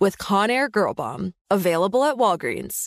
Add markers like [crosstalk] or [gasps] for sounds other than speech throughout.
with Conair Girl Bomb, available at Walgreens.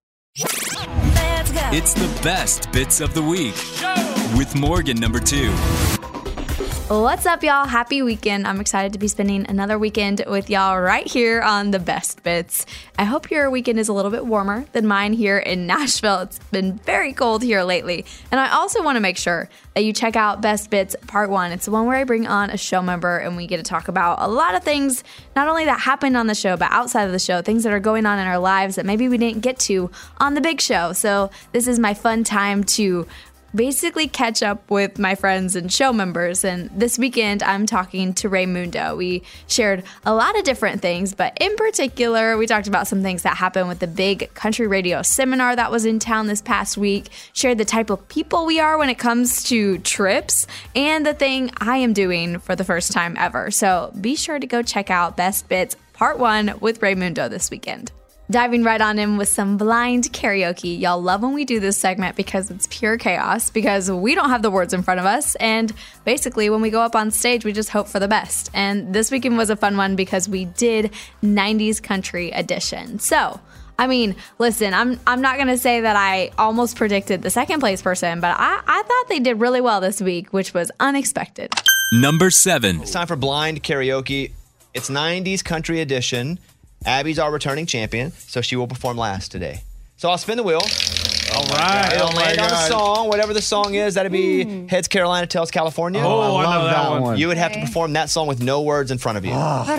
It's the best bits of the week with Morgan number two. What's up, y'all? Happy weekend. I'm excited to be spending another weekend with y'all right here on the best bits. I hope your weekend is a little bit warmer than mine here in Nashville. It's been very cold here lately. And I also want to make sure that you check out Best Bits Part 1. It's the one where I bring on a show member and we get to talk about a lot of things, not only that happened on the show, but outside of the show, things that are going on in our lives that maybe we didn't get to on the big show. So this is my fun time to basically catch up with my friends and show members. And this weekend, I'm talking to Raymundo. We shared a lot of different things, but in particular, we talked about some things that happened with the big country radio seminar that was in town this past week, shared the type of people we are when it comes to trips, and the thing I am doing for the first time ever. So be sure to go check out Best Bits Part 1 with Raymundo this weekend diving right on in with some blind karaoke. Y'all love when we do this segment because it's pure chaos, because we don't have the words in front of us. And basically, when we go up on stage, we just hope for the best. And this weekend was a fun one because we did 90s country edition. So, I mean, listen, I'm I'm not gonna say that I almost predicted the second place person, but I, I thought they did really well this week, which was unexpected. Number seven. It's time for blind karaoke. It's 90s country edition. Abby's our returning champion, so she will perform last today. So I'll spin the wheel. All right. It'll Oh my land on a God. Hmm. song, whatever the song is. That'd be Heads Carolina, Tails California. Oh, I I love know that that one. Ah. one. You would have to perform that song with no words in front of you.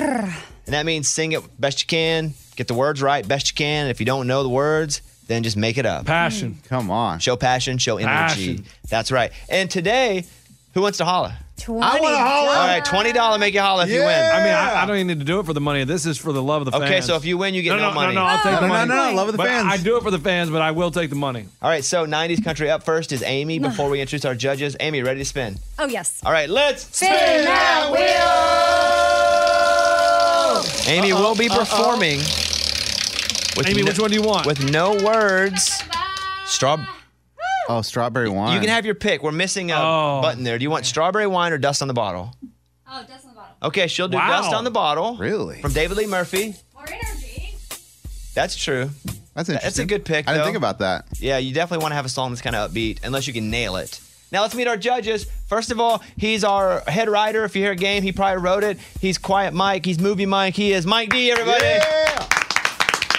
And that means sing it best you can, get the words right best you can. If you don't know the words, then just make it up. Passion. Hmm. Come on. Show passion, show energy. Passion. That's right. And today, who wants to holla? I want to holler. All right, $20 make you holla if you win. Yeah. I mean, I, I don't even need to do it for the money. This is for the love of the Okay, fans. so if you win, you no, get no no, money. No, no, I'll take No, the no, money. no, love of the But fans. I do it for the fans, but I will take the money. All right, so 90s country up first is Amy before we introduce our judges. Amy, ready to spin? Oh, yes. All right, let's spin that Uh, wheel. Amy will be performing with Amy, no, which one do you want? with no words. Straw. Oh, strawberry wine. You can have your pick. We're missing a Oh. button there. Do you want strawberry wine or dust on the bottle? Oh, Dust in the Bottle. Okay, she'll do Wow. dust on the bottle. Really? From David Lee Murphy. More energy. That's true. That's interesting. a good pick, I didn't though. think about that. Yeah, you definitely want to have a song that's kind of upbeat, unless you can nail it. Now let's meet our judges. First of all, he's our head writer. If you hear a game, he probably wrote it. He's Quiet Mike. He's Movie Mike. He is Mike D. Everybody. Yeah.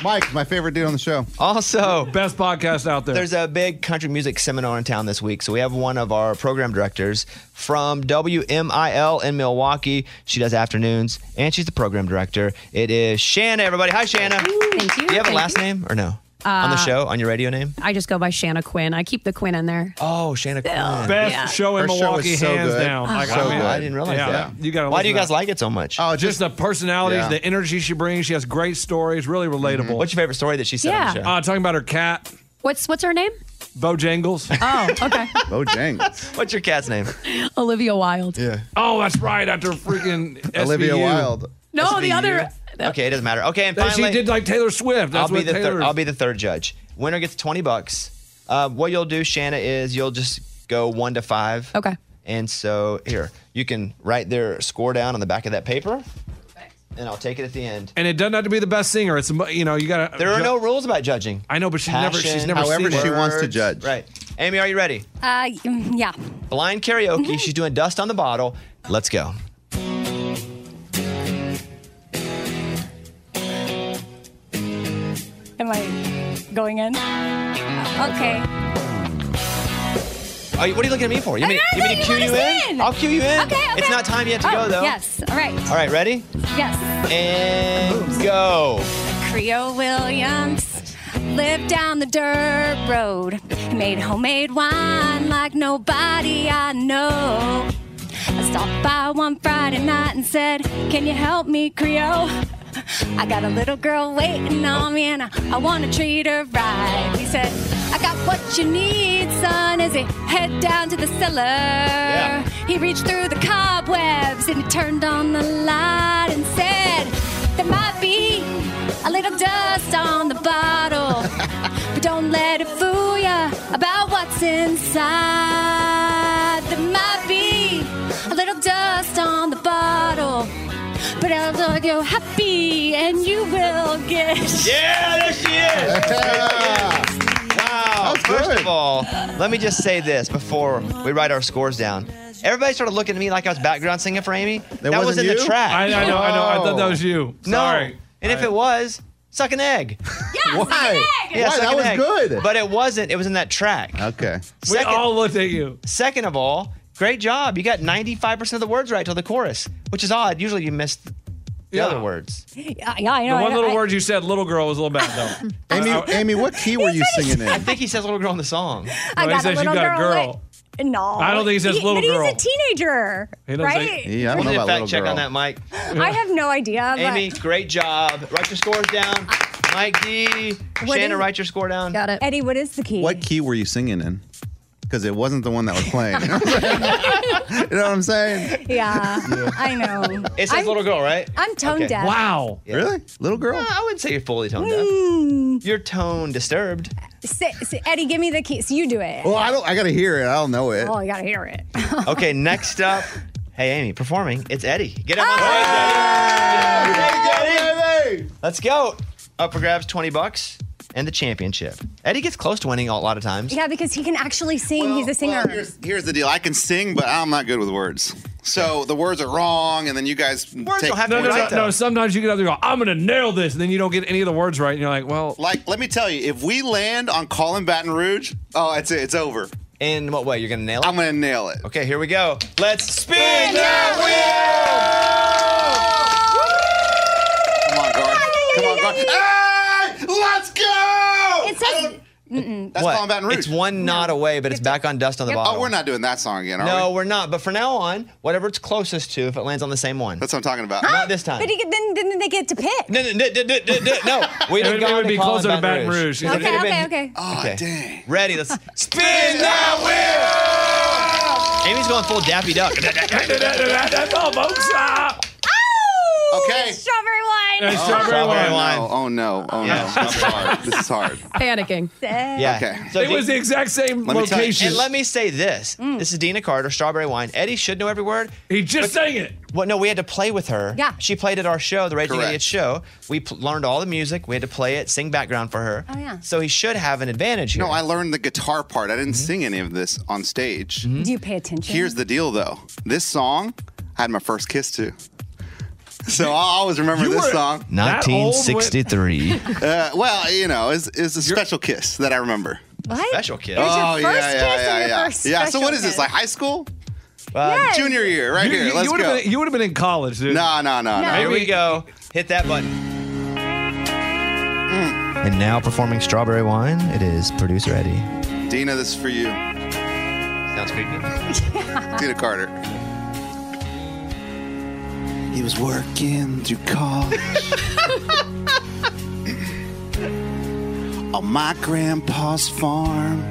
Mike, my favorite dude on the show. Also, Best podcast out there. there's a big country music seminar in town this week. So we have one of our program directors from WMIL in Milwaukee. She does afternoons and she's the program director. It is Shanna, everybody. Hi, Shanna. Thank you. Do you have a Thank last name or no? on the show, on your radio name? I just go by Shanna Quinn. I keep the Quinn in there. Oh, Shanna. Quinn. Best Yeah. show in Her show Milwaukee, is so hands good. down. Like, So I mean, good. I didn't realize yeah, that. You gotta Why do you listen guys to like it so much? Oh, Just just the personalities, Yeah. the energy she brings. She has great stories, really Mm-hmm. relatable. What's your favorite story that she said on the Yeah. show? uh, talking about her cat, What's what's her name? Bojangles. Oh, [laughs] okay. [laughs] Bojangles. [laughs] What's your cat's name? Olivia Wilde. yeah. oh, that's right. After freaking [laughs] Olivia SVU. Wilde. No, the SVU. other Okay, it doesn't matter. Okay, and They- finally, she did like Taylor Swift. That's I'll be what the third. Taylor's- I'll be the third judge. Winner gets twenty bucks. Uh, what you'll do, Shanna, is you'll just go one to five. Okay. And so here, you can write their score down on the back of that paper, and I'll take it at the end. and it doesn't have to be the best singer. It's mo- you know you gotta. There are ju- no rules about judging. I know, but she's never. She's Passion, never. however seen she it. wants to Words. judge. Right. Amy, are you ready? Uh, mm, yeah. Blind Mm-hmm. karaoke. She's doing dust on the bottle. Let's go. Am I going in? Okay. Are you, what are you looking at me for? You mean, I you know, mean to you cue want you us in? in. I'll cue you in. Okay, okay. It's not time yet to oh, go though. Yes. All right. All right, ready? Yes. And go. Creo Williams lived down the dirt road. He made homemade wine like nobody I know. I stopped by one Friday night and said, Can you help me, Creo? I got a little girl waiting on me and I, I want to treat her right. He said, I got what you need, son, as he head down to the cellar. He reached through the cobwebs and he turned on the light and said, There might be a little dust on the bottle, but don't let it fool ya about what's inside. There might be a little dust on the bottle, but I'll do you happy and you will [laughs] get. Yeah, there she is. Yeah. Wow. was First good. of all, let me just say this before we write our scores down. Everybody started looking at me like I was background singing for Amy. That, was wasn't in the you? track. I, I know. I know. I thought that Oh. was you. no. Sorry. And if it was, suck [laughs] an egg. Why? Yeah, Why? suck That an was egg. good. But it wasn't. It was in that track. Okay. we Second- all looked at you. Second of all, great job. You got 95% of the words right till the chorus, which is odd. Usually you miss the Yeah. other words. Yeah, yeah, I know. The I one know, little I- word you said, "little girl," was a little bad though. Amy, Uh, Amy, what key were you singing I in? think he says little girl in the song. I No, he got says a you little got a girl. girl. wait- No. I don't think he says but little girl. he's a teenager, He doesn't right? say- Yeah, I We don't know need a about fact little check girl. on that, Mike. I have no idea. But Amy, great job. Write your scores down. Mike D. What Shannon, is- write your score down. Got it. Eddie, what is the key? What key were you singing in? Because it wasn't the one that was [laughs] playing. [laughs] you know what I'm saying? Yeah, [laughs] I know. It says I'm, little girl, right? I'm tone Okay. deaf. Wow. Really? Little girl? Uh, I wouldn't say you're fully tone deaf. You're tone disturbed. Mm. Say- say- Eddie, give me the key. So you do it. Well, Oh, I don't. I gotta hear it. I don't know it. Oh, I gotta hear it. [laughs] Okay, next up. Hey, Amy, performing. It's Eddie. Get up on stage, Ah! Eddie. Get up on stage, Eddie. Let's go. Up for grabs 20 bucks and the championship. Eddie gets close to winning a lot of times. yeah, because he can actually sing. Well, He's a singer. well, here's, here's the deal. I can sing, but I'm not good with words. So the words are wrong, and then you guys Words take don't have to No, be no, no, right, though. no. Sometimes you get out there and go, I'm going to nail this. And then you don't get any of the words right. And you're like, well, Like, let me tell you, if we land on calling Baton Rouge, oh, it's it's over. In what way? You're going to nail it? I'm gonna nail it. Okay, here we go. Let's spin that Come on, guard. Come on, guard. Hey, let's go. It says- I don't- That's What? calling Baton Rouge. It's one knot away, but it's back on dust on the bottom. Oh, we're not doing that song again, are No, we? we're not. But from now on, whatever it's closest to, if it lands on the same one, That's what I'm talking about. not this time. but he could, then, then they get to pick. no, no, no, no, no, no, no, [laughs] no. We It didn't would- it go would to be Colin closer to Baton Rouge. It would've Okay, okay, been- okay. Oh, dang. Ready? Let's spin that wheel. Amy's going full Daffy Duck. [laughs] that's all, folks. Ah! Okay. Oh! Strawberry wine. And strawberry strawberry wine. wine. No, oh no, oh Yeah. no. This is hard. This is [laughs] hard. Panicking. yeah. Okay. So It Dee- was the exact same Let me tell you- location. and let me say this: Mm. This is Dina Carter, Strawberry Wine. Eddie should know every word. he just sang it. Well, no, we had to play with her. Yeah. She played at our show, the Raging Correct. Idiot show. We pl- learned all the music. We had to play it, sing background for her. Oh, yeah. So he should have an advantage here. No, I learned the guitar part. I Mm-hmm. didn't sing any of this on stage. Do you pay attention? Here's the deal, though. This song I had my first kiss to. [laughs] So I'll always remember You this were- song. That old wit- [laughs] 1963. Uh, well, you know, it's, it's a special kiss that I remember. what? Special kid. It's your Oh, first yeah, kiss yeah, and yeah, your yeah. first yeah, so special what is this, kiss. like high school? Yes. Uh, Junior year, right You- here. you- Let's you would've go. Been, you would have been in college, dude. no, no, no, no. Here we go. Hit that button. And now performing Strawberry Wine, it is producer Eddie. Dina, this is for you. Sounds creepy. Dina Carter. He was working through college. on Oh, my grandpa's farm.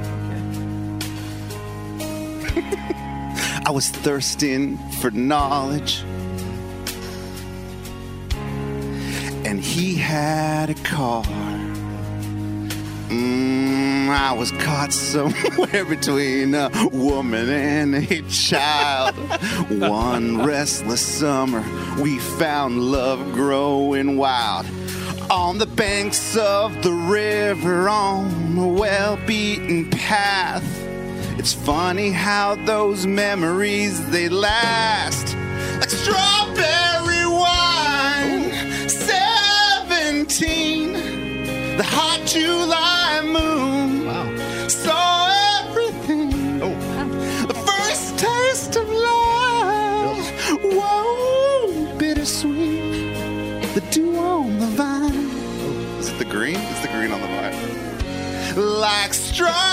[laughs] I was thirsting for knowledge. He had a car. Mm, I was caught somewhere between a woman and a child. One restless summer, we found love growing wild. On the banks of the river, on a well beaten path. It's funny how those memories they last like strawberry wine. 17, the hot July moon. Saw everything. Oh. The first taste of love. Whoa, bittersweet. The dew on the vine. Is it the green? It's the green on the vine. Like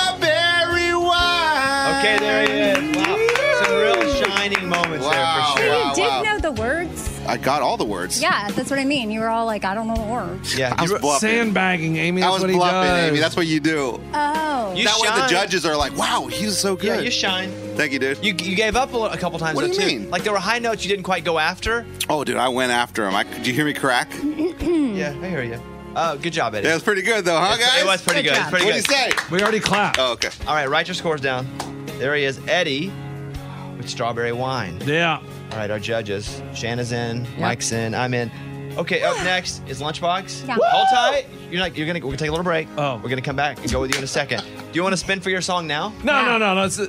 strawberry wine. Okay, there he is. Wow. Some real shining moments Wow, there for sure. oh, wow, Did know the words? I got all the words. Yeah, that's what I mean. You were all like, I don't know the words. Yeah, I was bluffing. Sandbagging, Amy. I That's was what he bluffing, does. Amy. That's what you do. Oh. that way the judges are like, "Wow, he was so good." Yeah, you shine. Thank you, dude. You, you gave up a, little- a couple times. What do though, you too. Like there were high notes you didn't quite go after. Oh, dude, I went after him. I, did you hear me crack? yeah, I hear you. Uh, good job, Eddie. That was pretty good, though, huh, It's- guys? It was pretty Good good. It's job. pretty What'd good. he say? We already clapped. Oh, okay. All right, write your scores down. There he is, Eddie, with strawberry wine. Yeah. All right, our judges. Shanna's in. Mike's in. I'm in. Okay, up next is Lunchbox. Yeah. Hold Woo! tight. You're not. You're gonna. We're gonna take a little break. Oh. We're gonna come back and go with you in a second. Do you want to spin for your song now? No, no, no, no. Because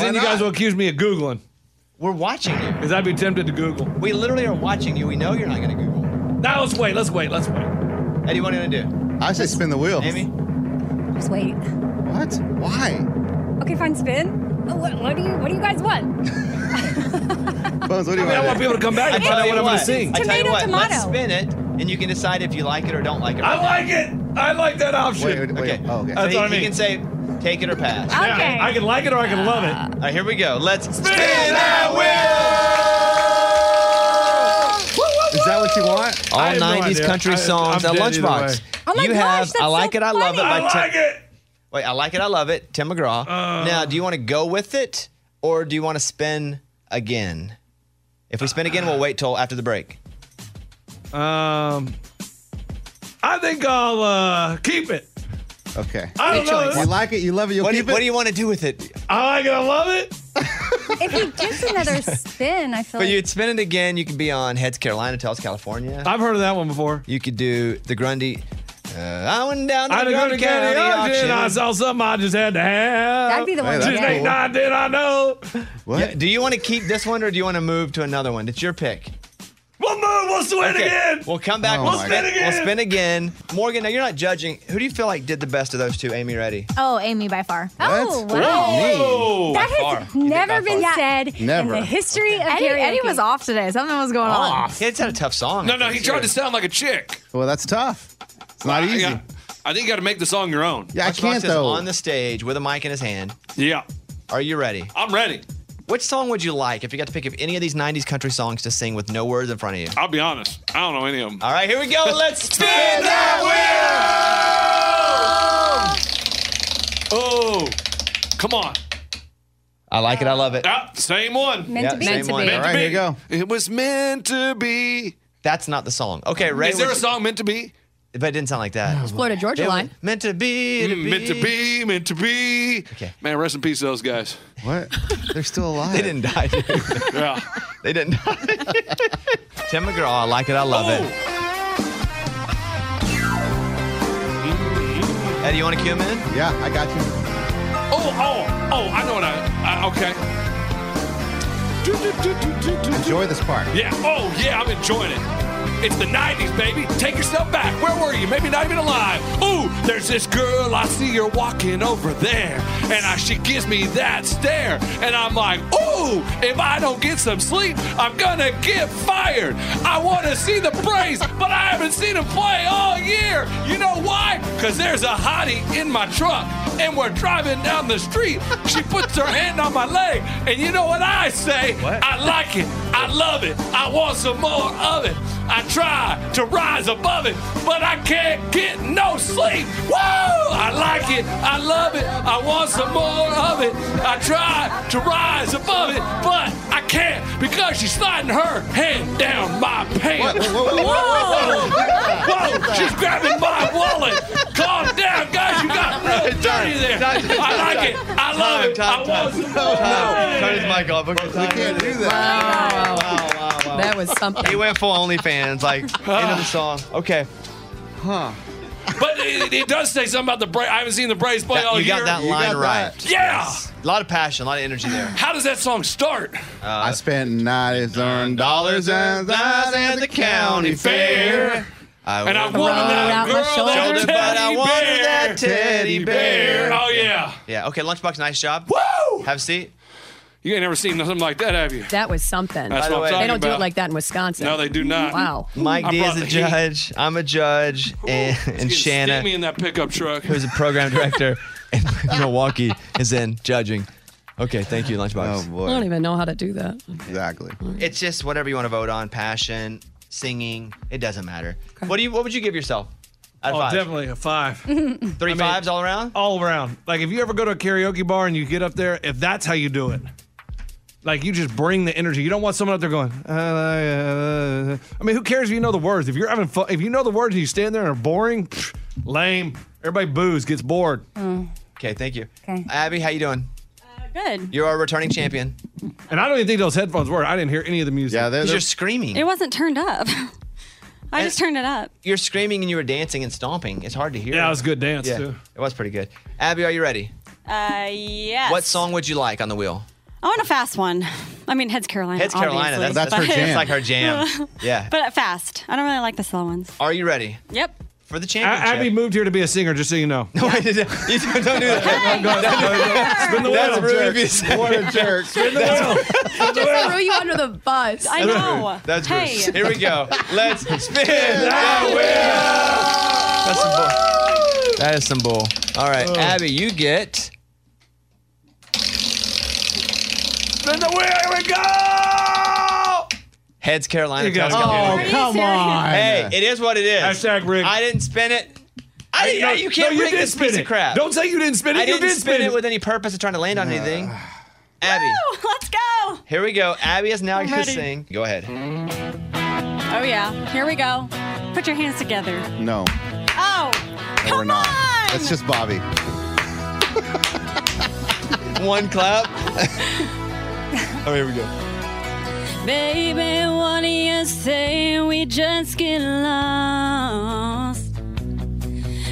Why then you guys not? will accuse me of Googling. We're watching you. Because I'd be tempted to Google. We literally are watching you. We know you're not gonna Google. Now let's wait. Let's wait. Let's wait. Eddie, what are you gonna do? I say spin the wheel. Amy. Just wait. What? Why? Okay, fine. Spin. Oh, What, what do you What do you guys [laughs] want? Bones, what do I you mean, I want? want people to come back and I find tell out you what I'm going to what. sing. I tell you Tomato, what. Let's tomato. spin it, and you can decide if you like it or don't like it. I right now. like it. I like that option. okay. Oh, okay. That's so what I mean. he, he can say, take it or pass. Yeah, I can like it or I can love it. All right, here we go. Let's spin that Is that what you want? All I have no 90s idea. country I- songs I'm at dead either Lunchbox. way. Oh my you gosh, have I that's Like so It, I Love It. funny. By I Tim- like Uh, it. Wait, I Like It, I Love It, Tim McGraw. now, do you want to go with it or do you want to spin again? If we spin again, we'll wait till after the break. Um, I think I'll uh, keep it. Okay. I don't know. You like it, you love it, you'll What do keep you- it. what do you want to do with it? I like it. I love it. if he gets another spin, I feel But like you'd spin it again. You could be on Heads Carolina, Tails California. I've heard of that one before. You could do the Grundy. Uh, I went down to I the done go Grundy to county County auction. auction. I saw something I just had to have. That'd be the one to Just get. ain't not did I know. What? do you want to keep this one or do you want to move to another one? It's your pick. We'll move. We'll swing Okay, again. We'll come back. Oh we'll my spin God. again. We'll spin again. Morgan, now you're not judging. Who do you feel like did the best of those two, Amy Reddy? Oh, Amy by far. Oh, What? wow. Whoa. That By far. has never been far? said Never. in the history of Eddie, karaoke. Eddie was off today. Something was going on. He had a tough song. No, no, he tried to sound like a chick. Well, that's tough. It's not easy. I, I think you got to make the song your own. Yeah, I Lunchbox can't, is though. on the stage with a mic in his hand. Yeah. Are you ready? I'm ready. Which song would you like if you got to pick up any of these 90s country songs to sing with no words in front of you? I'll be honest. I don't know any of them. All right, here we go. Let's spin that wheel. Oh, come on. I like it. I love it. Ah, same one. Meant to Yeah, be. same Meant to one. be. All right, here you go. It was meant to be. That's not the song. Okay, Ray. Is there would a you- song meant to be? But it didn't sound like that. Florida Georgia It line. was Meant to be. To Mm, Meant to be, meant to be. Man, rest in peace, to those [laughs] guys. What? They're still alive. They [laughs] didn't die. dude. yeah. They didn't die. Tim McGraw, I like it. I love it. Eddie, you want to cue him in? Yeah, I got you. Oh, oh, oh, I know what I. I okay. Do, do, do, do, do, do, Enjoy this part. Yeah. Oh, yeah, I'm enjoying it. It's the 90s, baby. Take yourself back. Where were you? Maybe not even alive. Ooh, there's this girl. I see her walking over there. And I, she gives me that stare. And I'm like, ooh, if I don't get some sleep, I'm going to get fired. I want to see the Braves, but I haven't seen them play all year. You know why? Because there's a hottie in my truck. And we're driving down the street. She puts her hand on my leg. And you know what I say? I like it. I love it. I want some more of it. I try to rise above it, but I can't get no sleep. Whoa! I like it. I love it. I want some more of it. I try to rise above it, but I can't because she's sliding her hand down my pants. What? Whoa, whoa, whoa, whoa. Whoa. Whoa. She's grabbing my wallet. Calm down, guys. You got real dirty there. I like it. I love it. I want some more. Turn his mic off. We can't do that. Wow, wow, wow. That was something. He went full OnlyFans, like, end [laughs] of the song. Okay. Huh. But it, it does say something about the Braves. I haven't seen the Braves play That- all you year. got that line right. Yeah. A lot of passion, a lot of energy there. How does that song start? Uh, I spent ninety-seven dollars and I at the county fair. and I wanted that out my girl, that shoulder, but I teddy wanted bear. that teddy bear. Oh yeah. Yeah. Okay, Lunchbox, nice job. Woo! Have a seat. You ain't never seen nothing like that, have you? That was something. That's By the what I'm way- talking they don't do about. it like that in Wisconsin. No, they do not. Wow. Mike I D brought is a the heat. judge. I'm a judge, and, and Get me Shanna, in that pickup truck. who's a program director [laughs] in Milwaukee, [laughs] is in judging. Okay, thank you, Lunchbox. Oh I don't even know how to do that. Exactly. It's just whatever you want to vote on. Passion, singing, it doesn't matter. What do you? What would you give yourself? Out of Oh, five? definitely a five. Three fives all around? All around. Like if you ever go to a karaoke bar and you get up there, if that's how you do it, like you just bring the energy. You don't want someone up there going. "Uh, uh, uh." I mean, who cares if you know the words? If you're having fun, if you know the words and you stand there and are boring, psh, lame. Everybody boos, gets bored. Oh. Okay, thank you. Abby, how you doing? Good. You're our returning champion. And I don't even think those headphones were. I didn't hear any of the music. Yeah, they're- 'Cause you're screaming. It wasn't turned up. I And- just turned it up. You're screaming and you were dancing and stomping. It's hard to hear. Yeah, it was good dance, too. It was pretty good. Abby, are you ready? Uh, yes. What song would you like on the wheel? I want a fast one. I mean, Heads Carolina. Heads Carolina. That's, obviously, that's her but- [laughs] jam. That's like her jam. Yeah. but fast. I don't really like the slow ones. Are you ready Yep. for the A- championship? Abby moved here to be a singer, just so you know. [laughs] No, I [laughs] didn't. You don't do that. Spin the That's wheel. rude if you Jerk. say What a that. jerk. Spin the That's- wheel. Just threw you under the [laughs] bus. I know. That's hey. rude. Here we go. Let's spin that wheel. That's some bull. That is some bull. All Oh. right, Abby, you get. Spin the wheel. Oh Here we go. Heads Carolina. You got tails it. Kentucky. Oh, Are you come serious? on. Hey, it is what it is. Hashtag rigged. I didn't spin it. I, Hey, no, I- you can't no, you rig did this spin piece it. of crap. Don't say you didn't spin it. I You didn't did spin, spin it it. with any purpose of trying to land on anything. Abby, Let's go. here we go. Abby is now I'm going to ready. sing. Go ahead. Oh yeah. Here we go. Put your hands together. No, Oh. no we're not. That's just Bobby. [laughs] One [laughs] clap. oh, here we go. Baby, what do you say we just get lost?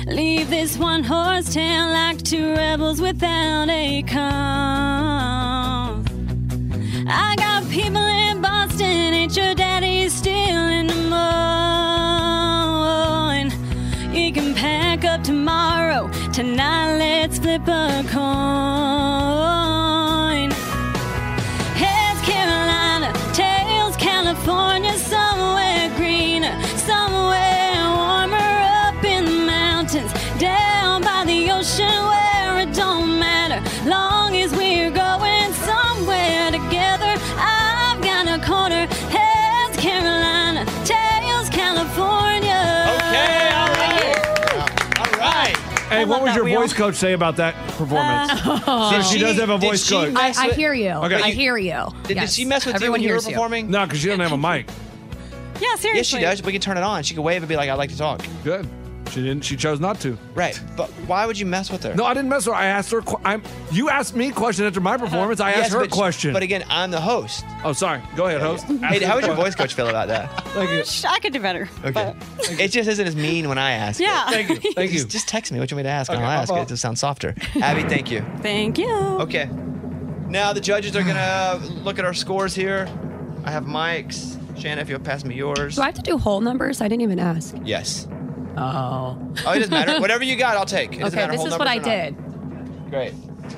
Leave this one horse town like two rebels without a cause. I got people in Boston, ain't your daddy still in the morning? You can pack up tomorrow, tonight let's flip a coin. Heads Carolina, tails California, somewhere greener, somewhere warmer up in the mountains, down by the ocean where it don't matter. Long as we're going somewhere together, I've got a corner. Heads Carolina, tails California. Okay, all right. All right. Hey, what was your voice coach say about that performance? Oh. Uh, Since she, Did does have a she- did voice she coach. mess I- I with- hear you. Okay. I hear you. Did, did Yes. she mess with Everyone you when you were hears you. performing? No, because she doesn't have a mic. Yeah, seriously. Yes, she does. We can turn it on. She can wave and be like, "I'd like to talk." Good. She didn't. She chose not to. Right. But why would you mess with her? No, I didn't mess with her. I asked her. Qu- I'm. You asked me question after my performance. I asked Uh-huh. Yes, her a but- question. But again, I'm the host. oh, sorry. Go ahead, host. Hey, how would your voice coach feel about that? Thank you. I could do better. Okay. It just isn't as mean when I ask. it. Yeah. Thank [laughs] you. Thank Just, just text me what you want me to ask, and Okay, I'll my ask it. fault. It just sounds softer. Abby, thank you. Thank you. Okay. Now the judges are gonna look at our scores here. I have Mike's. Shannon, if you'll pass me yours. Do I have to do whole numbers? I didn't even ask. Yes. Oh. Oh, it [laughs] doesn't matter. Whatever you got, I'll take. It doesn't okay, matter, this whole is what I numbers or not. did. Great.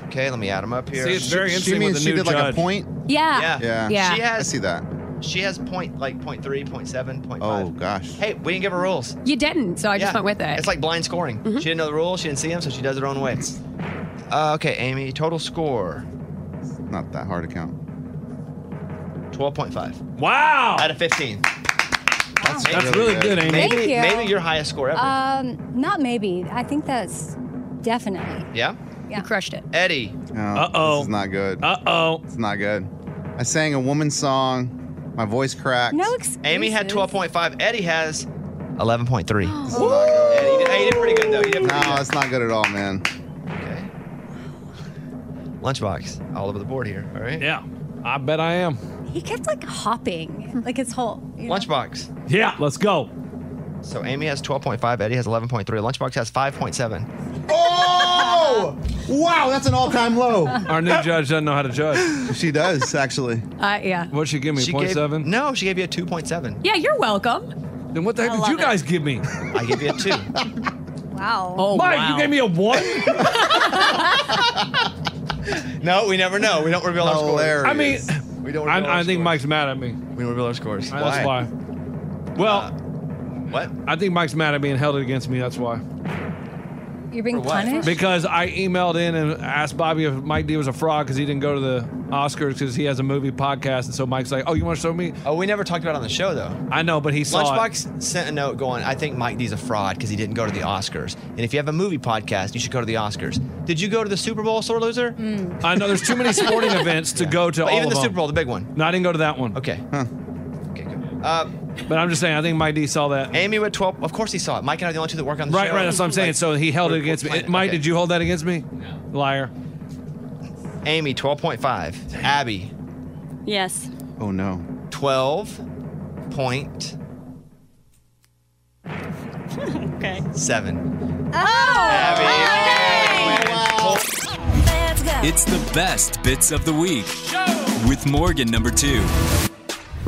Okay, let me add them up here. See, it's very She- she interesting with means the she new did like a judge. point? Yeah. Yeah. Yeah. Yeah. She I has. see that. She has point like point three, point seven, point five. Oh gosh. Hey, we didn't give her rules. You didn't, so I just went with it. Mm-hmm. It's like blind scoring. She didn't know the rules. She didn't see them, so she does her own way. Uh, okay, Amy. Total score Not that hard to count. twelve point five Wow. out of fifteen. That's, That's really good, Amy. Maybe, Thank you. maybe your highest score ever. Um, not maybe. I think that's Definitely. Yeah? Yeah. You crushed it. Eddie. Uh oh. This is not good. Uh oh. It's not good. I sang a woman's song. My voice cracked. No excuses. Amy had 12.5. Eddie has [gasps] 11.3. Oh. Eddie, you did, hey, you did pretty good though. You did no, it's not good at all, man. Lunchbox, all over the board here. All right. Yeah. I bet I am. He kept like hopping, like his whole. you know? Lunchbox. Yeah, let's go. So Amy has 12.5, Eddie has 11.3, Lunchbox has 5.7. Oh! wow, that's an [laughs] all-time low. Our new judge doesn't know how to judge. She does, actually. Uh, yeah. What'd she give me? She Point gave- seven? No, she gave you a 2.7. Yeah, you're welcome. Then what the heck I did you love it. guys give me? I gave you a 2. Wow. Oh, Mike, wow. you gave me [laughs] a 1? no, we never know. We don't reveal our scores. I mean, we don't I, reveal our I think Mike's mad at me. We don't reveal our scores. I- That's Why? Uh, why. Well, what? I think Mike's mad at me and held it against me. That's why. You're being punished? Because I emailed in and asked Bobby if Mike D was a fraud because he didn't go to the Oscars because he has a movie podcast. And so Mike's like, oh, you want to show me? Oh, we never talked about it on the show, though. I know, but [laughs] he saw it. Lunchbox sent a note going, I think Mike D's a fraud because he didn't go to the Oscars. And if you have a movie podcast, you should go to the Oscars. Did you go to the Super Bowl, sore loser? I know there's too many [laughs] sporting events to go to But all even of the them. Super Bowl, the big one. No, I didn't go to that one. Okay. Uh, but I'm just saying, I think Mike D saw that. Amy with 12. Of course he saw it. Mike and I are the only two that work on the Right, show. right. That's what I'm saying. Like, So he held it we're- against me. we're planning- Mike, okay. did you hold that against me? Liar. Amy, 12.5. Abby, Yes. Oh no. 12.7. okay. Oh! Let's go. It's the best bits of the week with Morgan number two.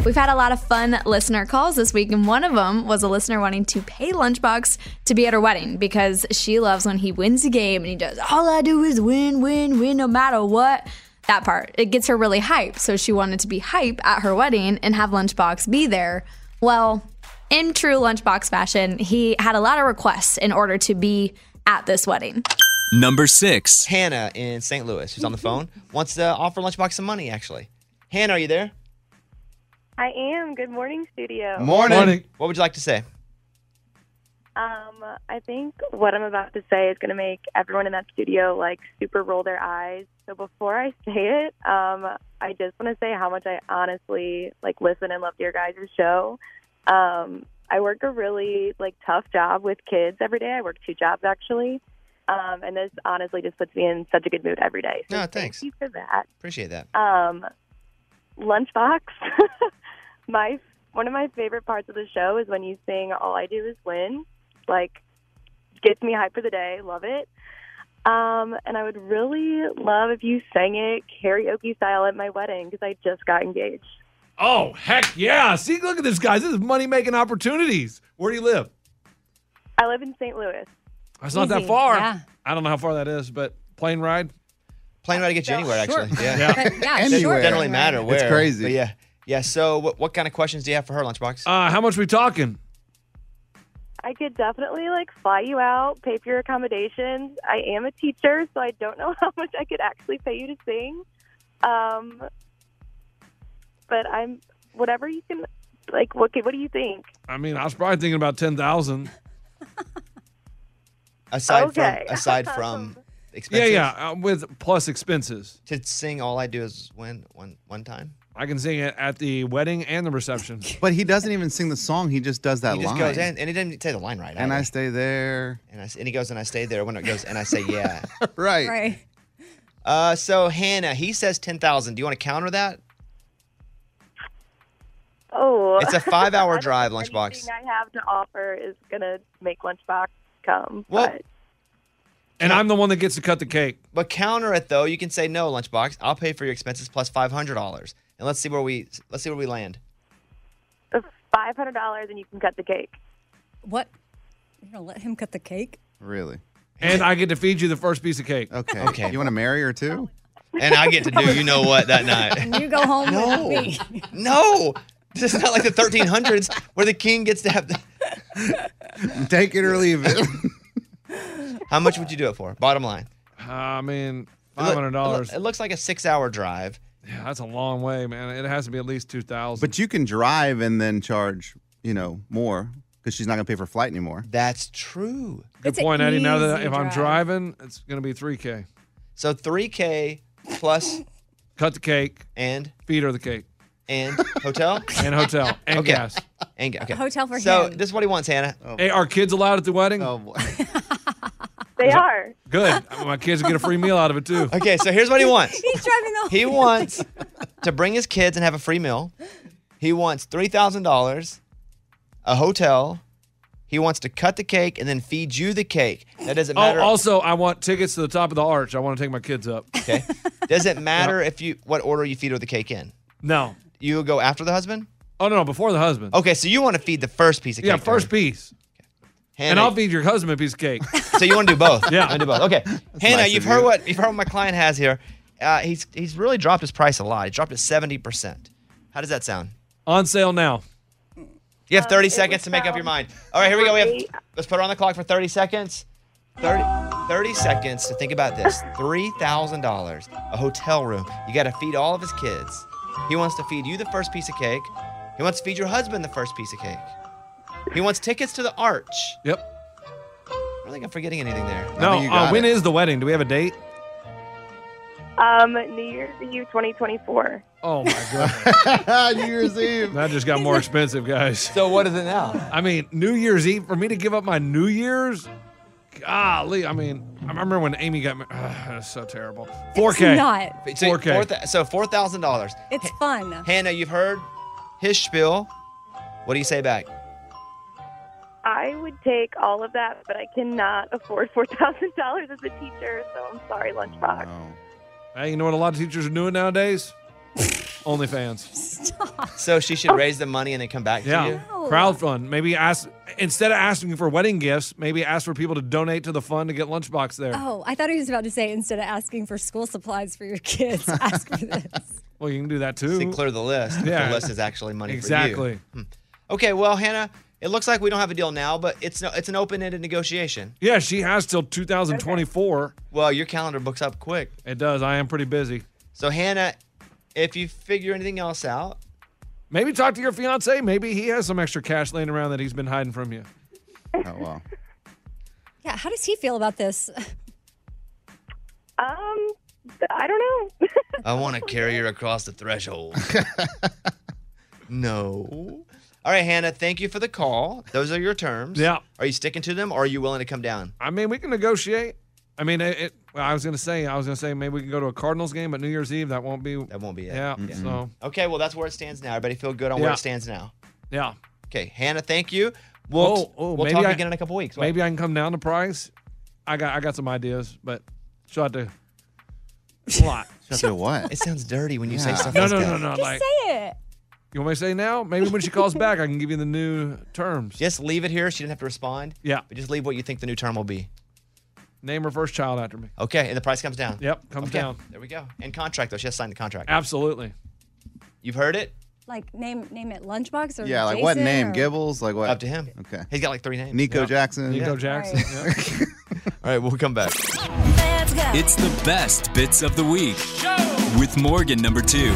We've had a lot of fun listener calls this week, and one of them was a listener wanting to pay Lunchbox to be at her wedding because she loves when he wins a game and he does, all I do is win, win, win, no matter what. That part. It gets her really hype. So she wanted to be hype at her wedding and have Lunchbox be there. Well, in true Lunchbox fashion, he had a lot of requests in order to be at this wedding. Number six. Hannah in St. Louis, who's on the phone, wants to offer Lunchbox some money, actually. Hannah, are you there? I am. Good morning, studio. What would you like to say? Um, I think what I'm about to say is going to make everyone in that studio like super roll their eyes. So before I say it, um, I just want to say how much I honestly like listen and love your guys' show. Um, I work a really like tough job with kids every day. I work two jobs actually, um, and this honestly just puts me in such a good mood every day. So No, thanks. thank you for that. Appreciate that. Um, lunchbox. [laughs] my one of my favorite parts of the show is when you sing "All I Do Is Win." Like, gets me hype for the day. Love it. Um, and I would really love if you sang it karaoke style at my wedding because I just got engaged. Oh, heck yeah. See, look at this, guys. This is money making opportunities. Where do you live? I live in St. Louis. That's not that Easy, far. yeah. I don't know how far that is, but plane ride. Plane ride to get you anywhere, actually. Yeah. Yeah, It sure. doesn't really matter It's where. crazy. But yeah. Yeah. So, what, what kind of questions do you have for her, Lunchbox? Uh, how much we talking? I could definitely like fly you out, pay for your accommodations. I am a teacher, so I don't [laughs] know how much I could actually pay you to sing. Um, but I'm whatever you can. Like, what? What do you think? I mean, I was probably thinking about 10,000. [laughs] Aside Okay. from aside from Yeah, expenses. yeah. Uh, with plus expenses. To sing All I Do Is Win one, one time. I can sing it at the wedding and the [laughs] reception. But he doesn't even sing the song. He just does that He just line. goes, and, and he didn't say the line right. And I either. stay there. and, I, s- and he goes, and I stay there when it goes, and I say, yeah. [laughs] right. Right. Uh, so, Hannah, he says 10,000. Do you want to counter that? Oh, It's a five [laughs] hour I don't drive, think Lunchbox. Anything I have to offer is gonna make Lunchbox Um, come. but And I'm the one that gets to cut the cake. But counter it though, you can say no, Lunchbox. I'll pay for your expenses plus five hundred dollars, and let's see where we let's see where we land. five hundred dollars, and you can cut the cake. What? You're going to let him cut the cake? Really? And I get to feed you the first piece of cake. Okay. You want to marry her too? And I get to do you know what that night. And you go home No. with me. [laughs] No, this is not like the 1300s where the king gets to have. The- [laughs] Take it or leave it. How much would you do it for? Bottom line, I mean, It look- Ah, five hundred dollars. It looks like a six-hour drive. Yeah, that's a long way, man. It has to be at least two thousand. But you can drive and then charge, you know, more. because she's not going to pay for flight anymore. That's true. Good point, Eddie. Now that if I'm driving, it's gonna be three k. So three k plus cut the cake and feed her the cake and hotel [laughs] and hotel and Okay. gas. And okay. Hotel for so him. this is what he wants, Hannah. Oh. Hey, are kids allowed at the wedding? Oh boy. They are. Good. [laughs] My kids get a free meal out of it too. Okay, so here's what [laughs] he wants. He's driving the He wants to bring his kids and have a free meal. He wants three thousand dollars, a hotel. He wants to cut the cake and then feed you [laughs] the cake. That doesn't Oh, matter. also, I want tickets to the top of the arch. I want to take my kids up. Okay. [laughs] Doesn't matter if you what order you feed her the cake in. No. You go after the husband. Oh no, no, before the husband. Okay, so you want to feed the first piece of cake. Yeah, first piece. And I'll feed your husband a piece of cake. [laughs] So you want to do both? Yeah. You wanna do both. Okay, Hannah, nice of you've heard you. what you've heard what my client has here. Uh, he's he's really dropped his price a lot. He dropped it seventy percent. How does that sound? On sale now. You have Um, thirty it seconds would to make up your mind. All right, here we go. We have let's put her on the clock for thirty seconds. 30, 30 seconds to think about this. Three thousand dollars, a hotel room. You got to feed all of his kids. He wants to feed you the first piece of cake. He wants to feed your husband the first piece of cake. He wants tickets to the arch. Yep. I don't think I'm forgetting anything there. No, uh, when is the wedding? Do we have a date? Um, New Year's Eve 2024. Oh my [laughs] god. New Year's Eve. That just got more expensive, guys. So what is it now? I mean, New Year's Eve for me to give up my New Year's. Golly, I mean, I remember when Amy got married. [sighs] that's so terrible. 4K. So 4K. four thou- so four thousand dollars. It's fun. Hannah, you've heard his spiel. What do you say back? I would take all of that, but I cannot afford $4,000 as a teacher, so I'm sorry, Lunchbox. Hey, you know what a lot of teachers are doing nowadays? OnlyFans. So she should raise the money and then come back Yeah. to you. Crowdfund. Maybe ask instead of asking for wedding gifts, maybe ask for people to donate to the fund to get lunchbox there. Oh, I thought he was about to say instead of asking for school supplies for your kids, ask for this. Well, you can do that too. See, clear the list. but Yeah. The list is actually money for you. Exactly. Okay. Well, Hannah, it looks like we don't have a deal now, but it's no, it's an open-ended negotiation. Yeah, she has till 2024. Well, your calendar books up quick. It does. I am pretty busy. So Hannah, if you figure anything else out, Maybe talk to your fiance. Maybe he has some extra cash laying around that he's been hiding from you. oh wow. Yeah, how does he feel about this? Um, I don't know. I want to carry her across [laughs] the threshold. no. All right, Hannah, thank you for the call. Those are your terms. Yeah. Are you sticking to [laughs] them or are you willing to come down? I mean, we can negotiate. I mean, it, it, well, I was gonna say, I was gonna say, maybe we can go to a Cardinals game, but New Year's Eve that won't be. That won't be it. Yeah. So Okay, well, that's where it stands now. Everybody feel good on where Yeah. it stands now. yeah. Okay, Hannah, thank you. We'll, we'll talk again in a couple weeks. What? Maybe Oh, I can come down to price. I got I got some ideas, but [laughs] she'll have to. A lot. Do what? It sounds dirty when you say Yeah. stuff No, like no, that. no, no, Just like- say it. You want me to say now? Maybe when she calls back, I can give you the new terms. Just leave it here. She didn't have to respond. Yeah. But just leave what you think the new term will be. Name her first child after me. Okay, and the price comes down. Yep, comes Okay, down. There we go. And contract, though. She has to sign the contract. Absolutely. You've heard it? Like name name it lunchbox or Yeah, like what Jason name? or- Gibbles? Like what? Up to him. Okay. He's got like three names. Nico Yeah. Jackson. Nico Jackson. All right, we'll come back. It's the best bits of the week with Morgan number two.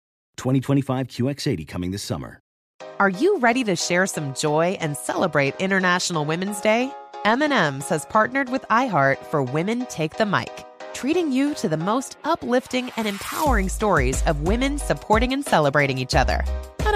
2025 QX80 coming this summer. Are you ready to share some joy and celebrate International Women's Day? M&M's has partnered with iHeart for Women Take the Mic, treating you to the most uplifting and empowering stories of women supporting and celebrating each other. And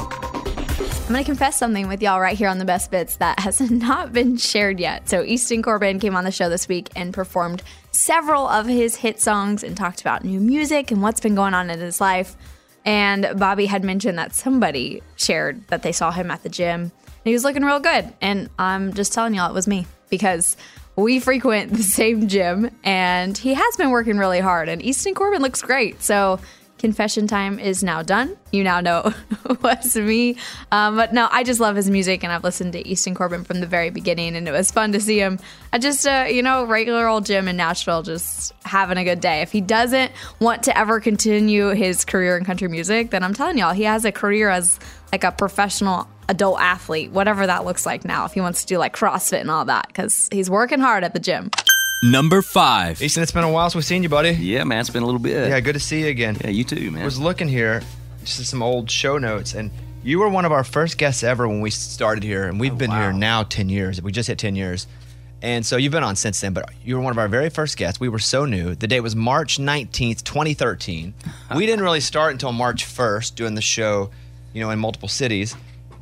I'm going to confess something with y'all right here on the Best Bits that has [laughs] not been shared yet. So, Easton Corbin came on the show this week and performed several of his hit songs and talked about new music and what's been going on in his life. And Bobby had mentioned that somebody shared that they saw him at the gym and he was looking real good. And I'm just telling y'all, it was me because we frequent the same gym and he has been working really hard. And Easton Corbin looks great. So, confession time is now done. You now know [laughs] it was me. Um, but no, I just love his music and I've listened to Easton Corbin from the very beginning and it was fun to see him at just a, you know, regular old gym in Nashville just having a good day. If he doesn't want to ever continue his career in country music, then I'm telling y'all, he has a career as like a professional adult athlete, whatever that looks like now, if he wants to do like CrossFit and all that, because he's working hard at the gym. Number five. Easton, it's been a while since we've seen you, buddy. Yeah, man, it's been a little bit. Yeah, good to see you again. Yeah, you too, man. was looking here, just at some old show notes, and you were one of our first guests ever when we started here, and we've Oh, been here now 10 years. We just hit 10 years. And so you've been on since then, but you were one of our very first guests. We were so new. The date was March 19th, 2013. we didn't really start until March 1st doing the show, you know, in multiple cities.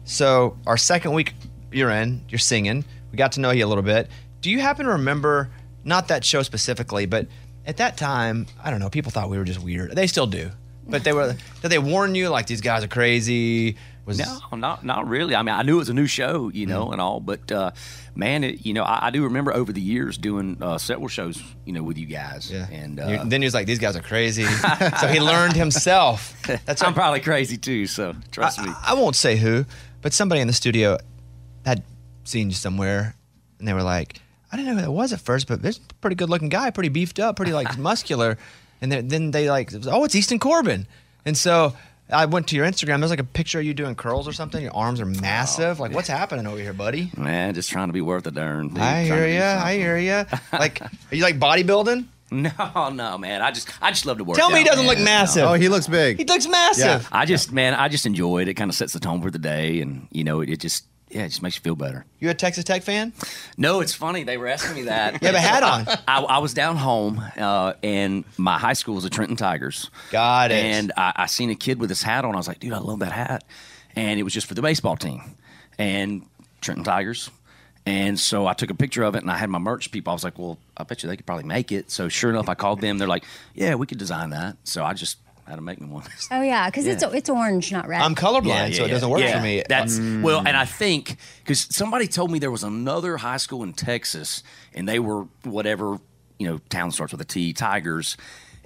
So our second week you're in, you're singing. We got to know you a little bit. Do you happen to remember, not that show specifically, but at that time, I don't know, people thought we were just weird. They still do. But they were, did they warn you like these guys are crazy? Was Mm. No, not not really. I mean, I knew it was a new show, you know, and all, but uh, man, it, you know, I, I do remember over the years doing uh, several shows, you know, with you guys. Yeah. And You- uh, then he was like, "These guys are crazy." [laughs] so he learned himself. That's I'm probably crazy too. So trust me. I won't say who, but somebody in the studio had seen you somewhere, and they were like, "I didn't know who that was at first, but this is a pretty good-looking guy, pretty beefed up, pretty like [laughs] muscular." And then, then they like, it was, "Oh, it's Easton Corbin." And so I went to your Instagram. There's like a picture of you doing curls or something. Your arms are massive. like, what's happening over here, buddy? [laughs] Man, just trying to be worth a darn. Oh, dude. Trying I to hear do ya. something. I [laughs] hear ya. Like, are you like bodybuilding? No, no, man. I just, I just love to work. Tell me he out, doesn't look man. massive. No. looks big. Oh, He looks massive. Yeah, I just, man, I just enjoy it. It kind of sets the tone for the day, and you know, it, it just, yeah, it just makes you feel better. You a Texas Tech fan? No, it's funny. They were asking me that. [laughs] You have a [laughs] hat on. I, I was down home, uh, and my high school was the Trenton Tigers. Got it. And I, I seen a kid with his hat on. I was like, dude, I love that hat. And it was just for the baseball team and Trenton Tigers. And so I took a picture of it and I had my merch people. I was like, well, I bet you they could probably make it. So sure enough, I called them. They're like, yeah, we could design that. So I just had to make me one. [laughs] Oh yeah, because it's Yeah. it's orange, not red. Yeah, yeah, yeah. Yeah, That's Um, well, and I think because somebody told me there was another high school in Texas, and they were whatever you know town starts with a T, Tigers,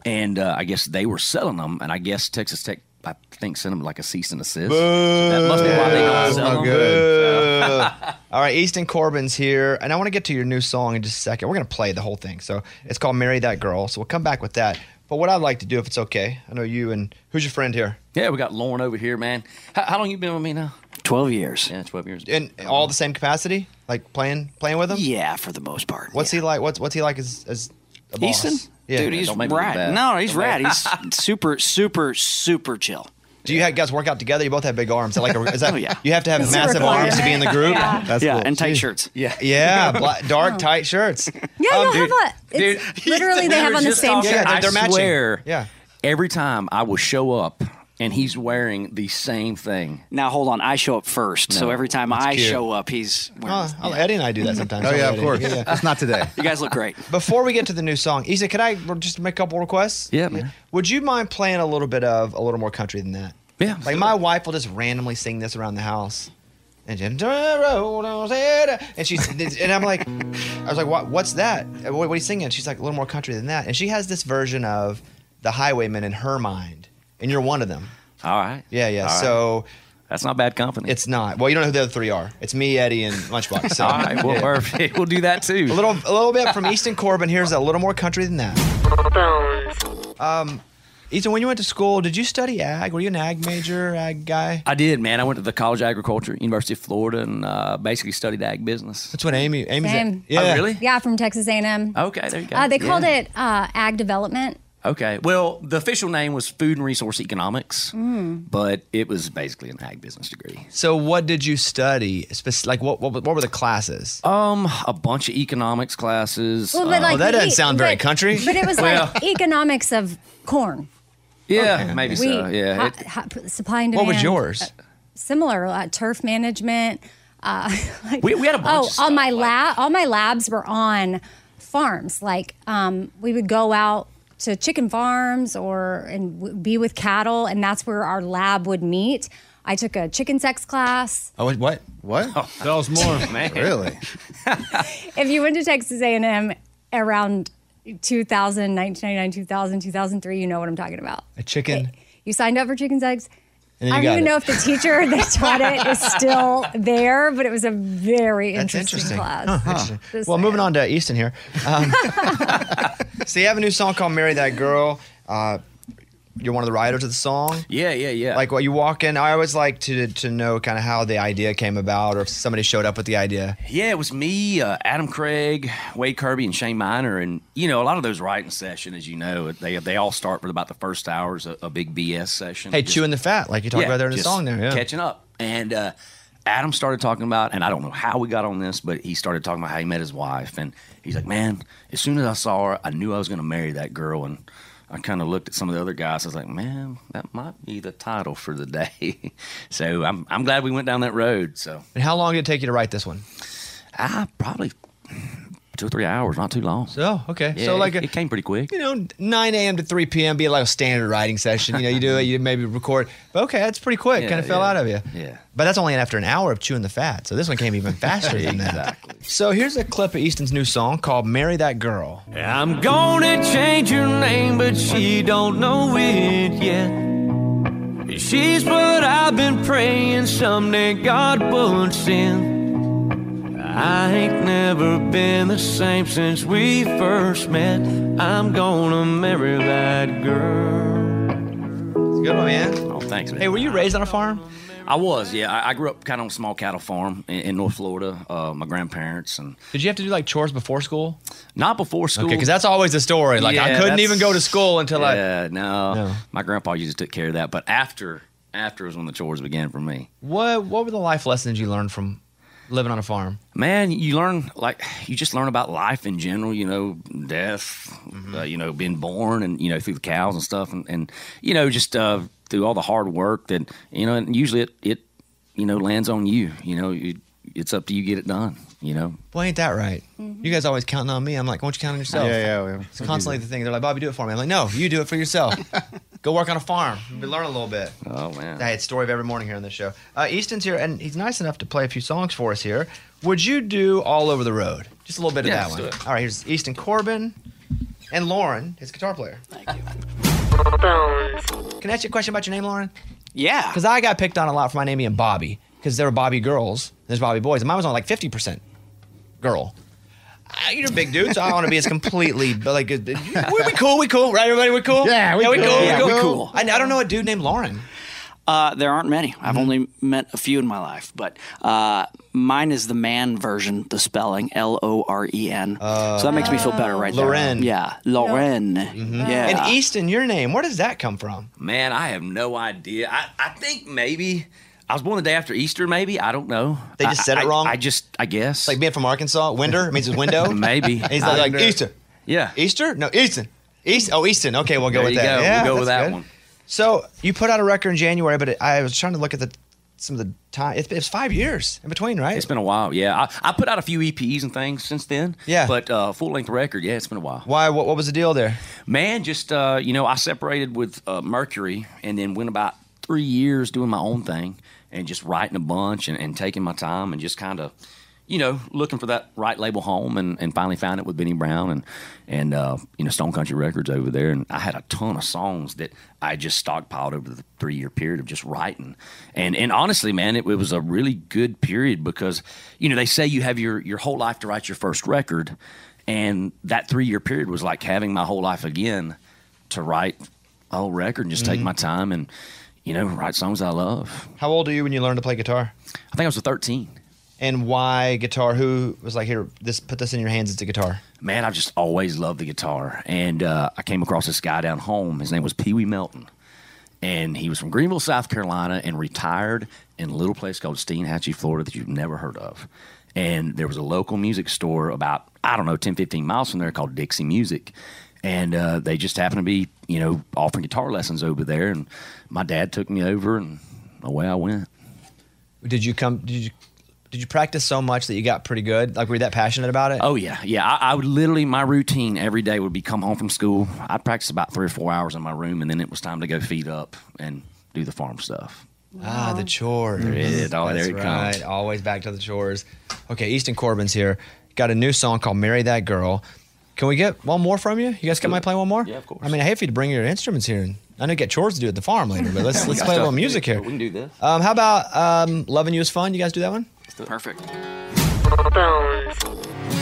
and uh, I guess they were selling them, and I guess Texas Tech. I think sent them like a cease and assist. that must be why they don't That's sell them. not good. [laughs] All right, Easton Corbin's here, and I want to get to your new song in just a second. We're going to play the whole thing. So it's called Marry That Girl. So we'll come back with that. But what I'd like to do, if it's okay, I know you and who's your friend here? Yeah, we got Lauren over here, man. How, how long you been with me now? Twelve years. Yeah, twelve years. In all the same capacity, like playing playing with him. Yeah, for the most part. What's he like? What's what's he like as as a boss? Easton? Yeah. Dude, he's rad. No, he's rad. [laughs] He's super, super, super chill. Do you have guys work out together? You both have big arms. Is that like a, is [laughs] that, Oh, yeah. You have to have It's a massive arms to be in the group. requirement. Yeah. Yeah, and tight Jeez. shirts. Yeah, yeah, black, dark [laughs] tight shirts. Yeah, Um, you'll dude- have a. [laughs] It's, literally, they have on the same shirt. I they're matching. swear, Yeah. Every time I will show up and he's wearing the same thing. Now hold on, I show up first, so No, every time that's I cute. show up, he's. Wearing, Oh, oh, Eddie and I [laughs] do that sometimes. Oh, yeah, of Eddie. course. [laughs] It's not today. You guys look great. Before we get to the new song, Isa, can I just make a couple requests? Yeah, man. Would you mind playing a little bit of a little more country than that? Yeah. Like my wife will just randomly sing this around the house. And, she- and she's and I'm like, I was like, what, what's that? What, what are you singing? She's like, a little more country than that. And she has this version of the Highwaymen in her mind, and you're one of them. All right. Yeah, yeah. All right. so that's not bad company. It's not. Well, you don't know who the other three are. It's me, Eddie, and Lunchbox. So, [laughs] All right, well, yeah. perfect. We'll do that too. A little, a little bit from Easton Corbin. Here's a little more country than that. Um, Easton, when you went to school, did you study ag? Were you an ag major, ag guy? I did, man. I went to the College of Agriculture, University of Florida, and uh, basically studied ag business. That's what Amy. Amy's Same. Yeah. Oh, really? Yeah, from Texas A&M. Okay, there you go. Uh, they called Yeah. it uh, ag development. Okay. Well, the official name was Food and Resource Economics, Mm. but it was basically an ag business degree. So, what did you study? Spec- Like, what, what, what were the classes? Oh, Um, a bunch of economics classes. Well, but like that we- doesn't sound very but- country. But it was [laughs] Well- like economics of corn. Yeah, maybe so. We- Yeah. hi- It- hi- supply and What demand. was yours? Uh, similar, uh, turf management. Uh, [laughs] like, We- we had a bunch Oh, of all stuff, my lab, all my labs were on farms. Like um, we would go out to chicken farms or and w- be with cattle, and that's where our lab would meet. I took a chicken sex class. Oh, what? What? Oh, Tell us [laughs] more, man. Really? If you went to Texas A&M around 2000, 1999, 2000, 2003, you know what I'm talking about. A chicken. You signed up for chicken sex. And then you I got don't even it. know if the teacher that taught it is [laughs] still there, but it was a very interesting, class. Huh. Interesting. Well, moving on to Easton here. Um, [laughs] so you have a new song called "Marry That Girl." Uh, you're one of the writers of the song. Yeah, yeah, yeah. Like while you walk in, I always like to to know kind of how the idea came about, or if somebody showed up with the idea. Yeah, it was me, uh, Adam Craig, Wade Kirby, and Shane Miner, and you know a lot of those writing sessions, as you know, they they all start with about the first hours a, a big BS session. Hey, Just- chewing the fat, like you talked Yeah, about there in the just song. There, yeah. catching up. And uh, Adam started talking about, and I don't know how we got on this, but he started talking about how he met his wife, and he's like, "Man, as soon as I saw her, I knew I was going to marry that girl." And I kind of looked at some of the other guys. I was like, "Man, that might be the title for the day." [laughs] so I'm I'm glad we went down that road. So And how long did it take you to write this one? Ah, probably two or three hours, not too long. So okay, Yeah, so like it, a, it came pretty quick. you know, 9 a.m. to 3 p.m. be like a standard writing session. You know, you do it, you maybe record. But okay, that's pretty quick. Yeah, kind of fell yeah. out of you. Yeah. But that's only after an hour of chewing the fat. So this one came even faster than that. Exactly. So here's a clip of Easton's new song called "Marry That Girl." I'm gonna change her name, but she don't know it yet. She's what I've been praying someday God would send. I ain't never been the same since we first met. I'm gonna marry that girl. It's a good one, man. Oh, thanks, man. Hey, were you raised on a farm? I was, yeah. I, I grew up kind of on a small cattle farm in, in North Florida. Uh, my grandparents and Did you have to do like chores before school? not before school. Okay, because that's always the story. Like I Yeah, couldn't that's- even go to school until I. Yeah, no, My grandpa usually took care of that, but after after was when the chores began for me. What What were the life lessons you learned from living on a farm? Man, you learn like you just learn about life in general. You know, death. Mm-hmm. Uh, you know, being born and you know through the cows and stuff, and, and you know just uh, through all the hard work that you know. And usually it it you know lands on you. You know, it, it's up to you to get it done. You know. Boy, ain't that right? You guys always counting on me. I'm like, why don't you count on yourself? Yeah, yeah, we- It's constantly the thing. They're like, Bobby, do it for me. I'm like, no, you do it for [laughs] yourself. Go work on a farm. We learn a little bit. Oh man. Hey, it's story of every morning here on this show. Uh, Easton's here, and he's nice enough to play a few songs for us here. Would you do All Over the Road? Just a little bit Yeah, of let's that do one. it. All right, here's Easton Corbin and Lauren, his guitar player. Thank you. Can I ask you a question about your name, Lauren? Yeah. Because I got picked on a lot for my name being Bobby, because there were Bobby girls, and there's Bobby boys, and mine was on like 50% girl. Uh, you're a big dude, so I want to be as completely but like. uh, [laughs] We, we cool, we cool, right? Everybody, we cool. Yeah, we cool. Yeah, we cool. I, I don't know a dude named Lauren. Uh, there aren't many. Mm-hmm. I've only met a few in my life, but uh, mine is the man version, the spelling L O R E N. So that makes me feel better, right Oh. Loren. there. Yeah, Loren. Mm-hmm. Yeah. And Easton, your name, where does that come from? Man, I have no idea. I, I think maybe I was born the day after Easter. Maybe I don't know. They just said it wrong? I, just I guess Like being from Arkansas, Winder means it's [laughs] window. Maybe. And he's like, like Winder. Easton. Yeah. Easter? No, Easton. East. Oh, Easton. Okay, we'll go There with you that. go. Yeah, We'll go with that's that good. one. So you put out a record in January, but it, I was trying to look at the some of the time. It, it was five years in between, right? It's been a while. Yeah, I, I put out a few EPs and things since then. Yeah. but uh, full length record. Yeah, it's been a while. Why? What, what was the deal there? Man, just uh, you know, I separated with uh, Mercury and then went about three years doing my own thing and just writing a bunch and, and taking my time and just kind of, you know, looking for that right label home and, and finally found it with Benny Brown and and uh, you know Stone Country Records over there. And I had a ton of songs that I just stockpiled over the three year period of just writing. And and honestly, man, it, it was a really good period because you know they say you have your your whole life to write your first record, and that three year period was like having my whole life again to write a whole record and just take Mhm. my time and you know write songs I love. How old are you when you learned to play guitar? I think I was 13. And why guitar? Who was like, here, this put this in your hands. It's a guitar. man, I've just always loved the guitar. And uh, I came across this guy down home. His name was Pee Wee Melton. And he was from Greenville, South Carolina, and retired in a little place called Steenhatchee, Florida, that you've never heard of. And there was a local music store about, I don't know, 10, 15 miles from there called Dixie Music. And uh, they just happened to be, you know, offering guitar lessons over there. And my dad took me over, and away I went. Did you come? Did you? Did you practice so much that you got pretty good? Like, were you that passionate about it? Oh yeah, yeah. I, I would literally my routine every day would be come home from school. I'd practice about three or four hours in my room, and then it was time to go feed up and do the farm stuff. Ah, the chores. There it is. Oh, there That's it right. comes. Always back to the chores. Okay, Easton Corbin's here. Got a new song called "Marry That Girl." Can we get one more from you? You guys can I play one more? Yeah, of course. I mean, I hate for you to bring your instruments here. and I know you got chores to do at the farm later, but let's [laughs] We let's got play stuff a little to do, music here. but We can do this. Um, how about um, "Loving You Is Fun"? You guys do that one? Perfect.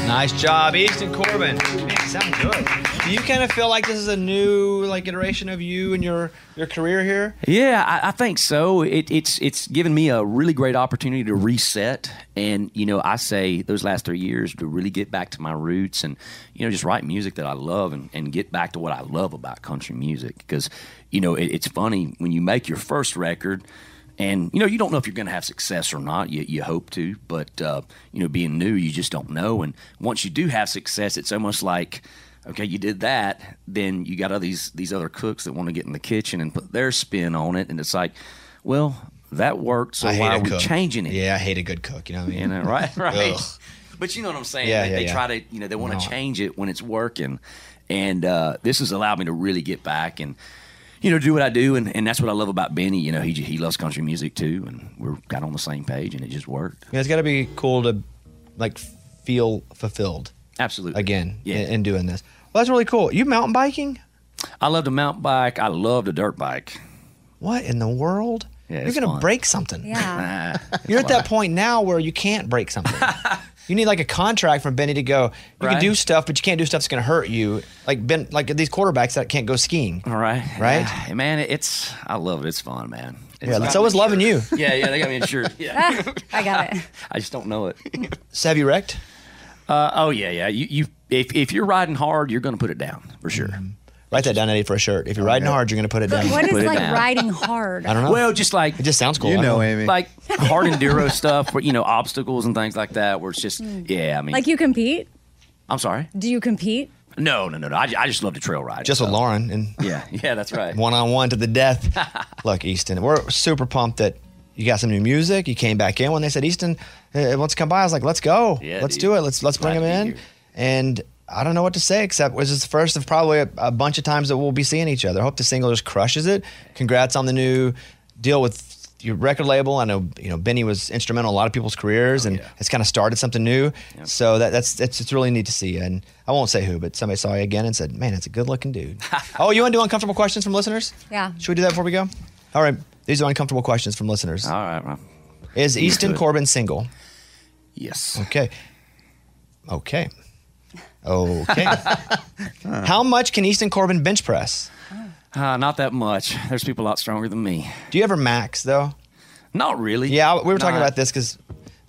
Nice job, Easton Corbin. Man, sound good. Do you kind of feel like this is a new like iteration of you and your your career here? Yeah, I, I think so. It, it's it's given me a really great opportunity to reset, and you know, I say those last three years to really get back to my roots, and you know, just write music that I love, and, and get back to what I love about country music. Because you know, it, it's funny when you make your first record, and you know, you don't know if you're going to have success or not. You you hope to, but uh, you know, being new, you just don't know. And once you do have success, it's almost like okay, you did that, then you got all these these other cooks that want to get in the kitchen and put their spin on it, and it's like, well, that worked, so I hate why a are we cook. changing it? Yeah, I hate a good cook. You know what I mean? You know, right, [laughs] right. Ugh. But you know what I'm saying? Yeah, they, yeah, they yeah. try to, you know, they want No. to change it when it's working, and uh, this has allowed me to really get back and. You know, do what I do, and, and that's what I love about Benny. You know, he he loves country music too, and we're got on the same page, and it just worked. Yeah, it's got to be cool to like feel fulfilled. Absolutely. Again, Yeah. in, in doing this. Well, that's really cool. You mountain biking? I love to mountain bike. I love to dirt bike. What in the world? Yeah, You're it's gonna fun. break something. Yeah. [laughs] You're at that point now where you can't break [laughs] something. you need like a contract from Benny to go. You can Right. do stuff, but you can't do stuff that's gonna hurt you. Like Ben, like these quarterbacks that can't go skiing. All right. Right? Yeah, man, it's I love it. It's fun, man. It's Yeah, so is loving you. [laughs] Yeah, yeah, they got [laughs] me insured. Yeah. I got it. [laughs] I just don't know it. So have you wrecked? Uh, oh yeah, yeah. You, you if if you're riding hard, you're gonna put it down for sure. Mm-hmm. Oh, Write that down, Eddie, for a shirt. If you're riding hard, you're gonna put it down. What is Put it like down. [laughs] riding hard? I don't know. Well, just like it just sounds cool. You I know, don't Like hard enduro stuff, where you know obstacles and things like that, where it's just yeah. I mean, Like you compete? I'm sorry. Do you [laughs] compete? No, no, no, no. I, I just love [laughs] to trail ride. just with Lauren and yeah, yeah, that's right. One on one to the death. [laughs] Look, Easton, we're super pumped that you got some new music. You came back in when they said Easton uh, wants to come by. I was like, let's go, Yeah, let's dude. do it, let's let's bring him in. And I don't know what to say except this is the first of probably a, a bunch of times that we'll be seeing each other. I hope the single just crushes it. Congrats on the new deal with your record label. I know you know Benny was instrumental in a lot of people's Oh, careers, and it's kind of started something new. So that, that's it's, it's really neat to see. And I won't say who, but somebody saw you again and said, "Man, it's a good looking [laughs] dude." oh, you want to do uncomfortable questions from listeners? Yeah. Should we do that before we go? All right. These are uncomfortable questions from listeners. All right. Is Let's do Easton it. Corbin single? Yes. Okay. Okay. [laughs] Okay. How much can Easton Corbin bench press? Uh, not that much. There's people a lot stronger than me. Do you ever max though? Not really. Yeah, we were talking Not- about this because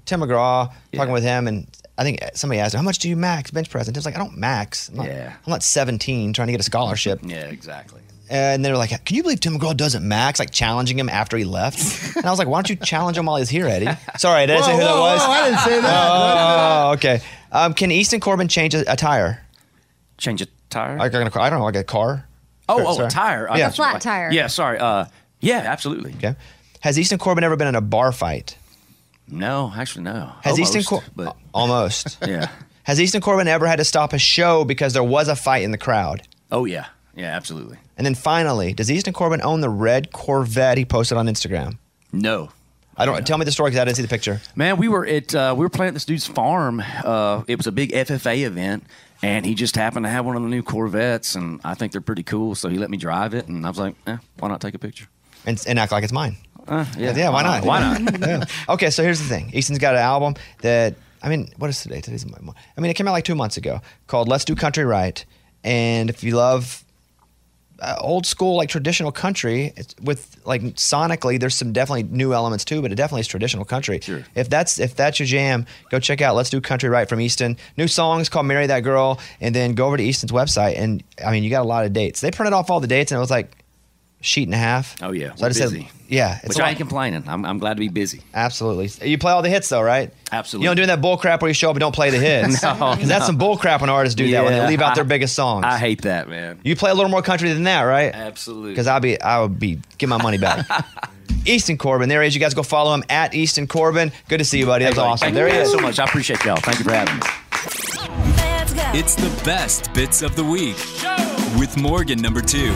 Tim McGraw talking with him, and I think somebody asked him, "How much do you max bench press?" And Tim's like, "I don't max. I'm not, Yeah. I'm not 17 trying to get a scholarship." [laughs] Yeah, exactly. And they were like, "Can you believe Tim McGraw doesn't max?" Like challenging him after he [laughs] left. And I was like, "Why don't you challenge him while he's here, Eddie?" Sorry, I didn't Whoa, say who that whoa, was. whoa, I didn't say that. [laughs] Oh, okay. Um, can Easton Corbin change a, a tire? Change a tire? Like, I don't know, like a car. Oh, oh, Sorry. a tire. I Yeah. got you. Flat Right. tire. Yeah, sorry. Uh, yeah, absolutely. Okay. Has Easton Corbin ever been in a bar fight? [laughs] No, actually, no. Has Easton Oh, Almost, Cor- but almost? [laughs] yeah. Has Easton Corbin ever had to stop a show because there was a fight in the crowd? Oh yeah, yeah, absolutely. And then finally, does Easton Corbin own the red Corvette he posted on Instagram? No. I don't. Tell me the story because I didn't see the picture. Man, we were at uh, we were playing at this dude's farm. Uh, it was a big FFA event, and he just happened to have one of the new Corvettes, and I think they're pretty cool. So he let me drive it, and I was like, eh, why not take a picture? And, and act like it's mine. Uh, yeah, Yeah, why not? Why not? [laughs] Yeah. Okay, so here's the thing. Easton's got an album that I mean, what is today? Today's Mo- I mean, it came out like two months ago called "Let's Do Country Right." And if you love uh, old school, like traditional country, it's with like sonically, there's some definitely new elements too, but it definitely is traditional country. Sure. If that's if that's your jam, go check out "Let's Do Country Right" from Easton. New songs called "Marry That Girl," and then go over to Easton's website, and I mean, you got a lot of dates. They printed off all the dates, and it was like sheet and a half. Oh yeah, So I we're just said- busy. yeah, it's which a I lot. ain't complaining. I'm, I'm glad to be busy. Absolutely. You play all the hits though, right? Absolutely. You don't do that bull crap where you show up and don't play the [laughs] hits. No, 'Cause no. that's some bull crap when artists do that when they Yeah, leave out their I- biggest songs. I hate that, man. You play a little more country than that, right? Absolutely. Because I'll be, I would be, get my [laughs] money back. Easton Corbin, there he is. You guys go follow him at Easton Corbin. Good to see you, buddy. That was awesome. Thank There you he guys is. so much. I appreciate y'all. Thank you for having me. It's the best bits of the week with Morgan number two.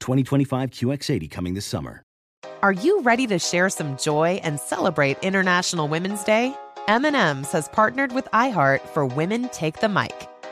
2025 QX80 coming this summer. Are you ready to share some joy and celebrate International Women's Day? M&M's has partnered with iHeart for Women Take the Mic,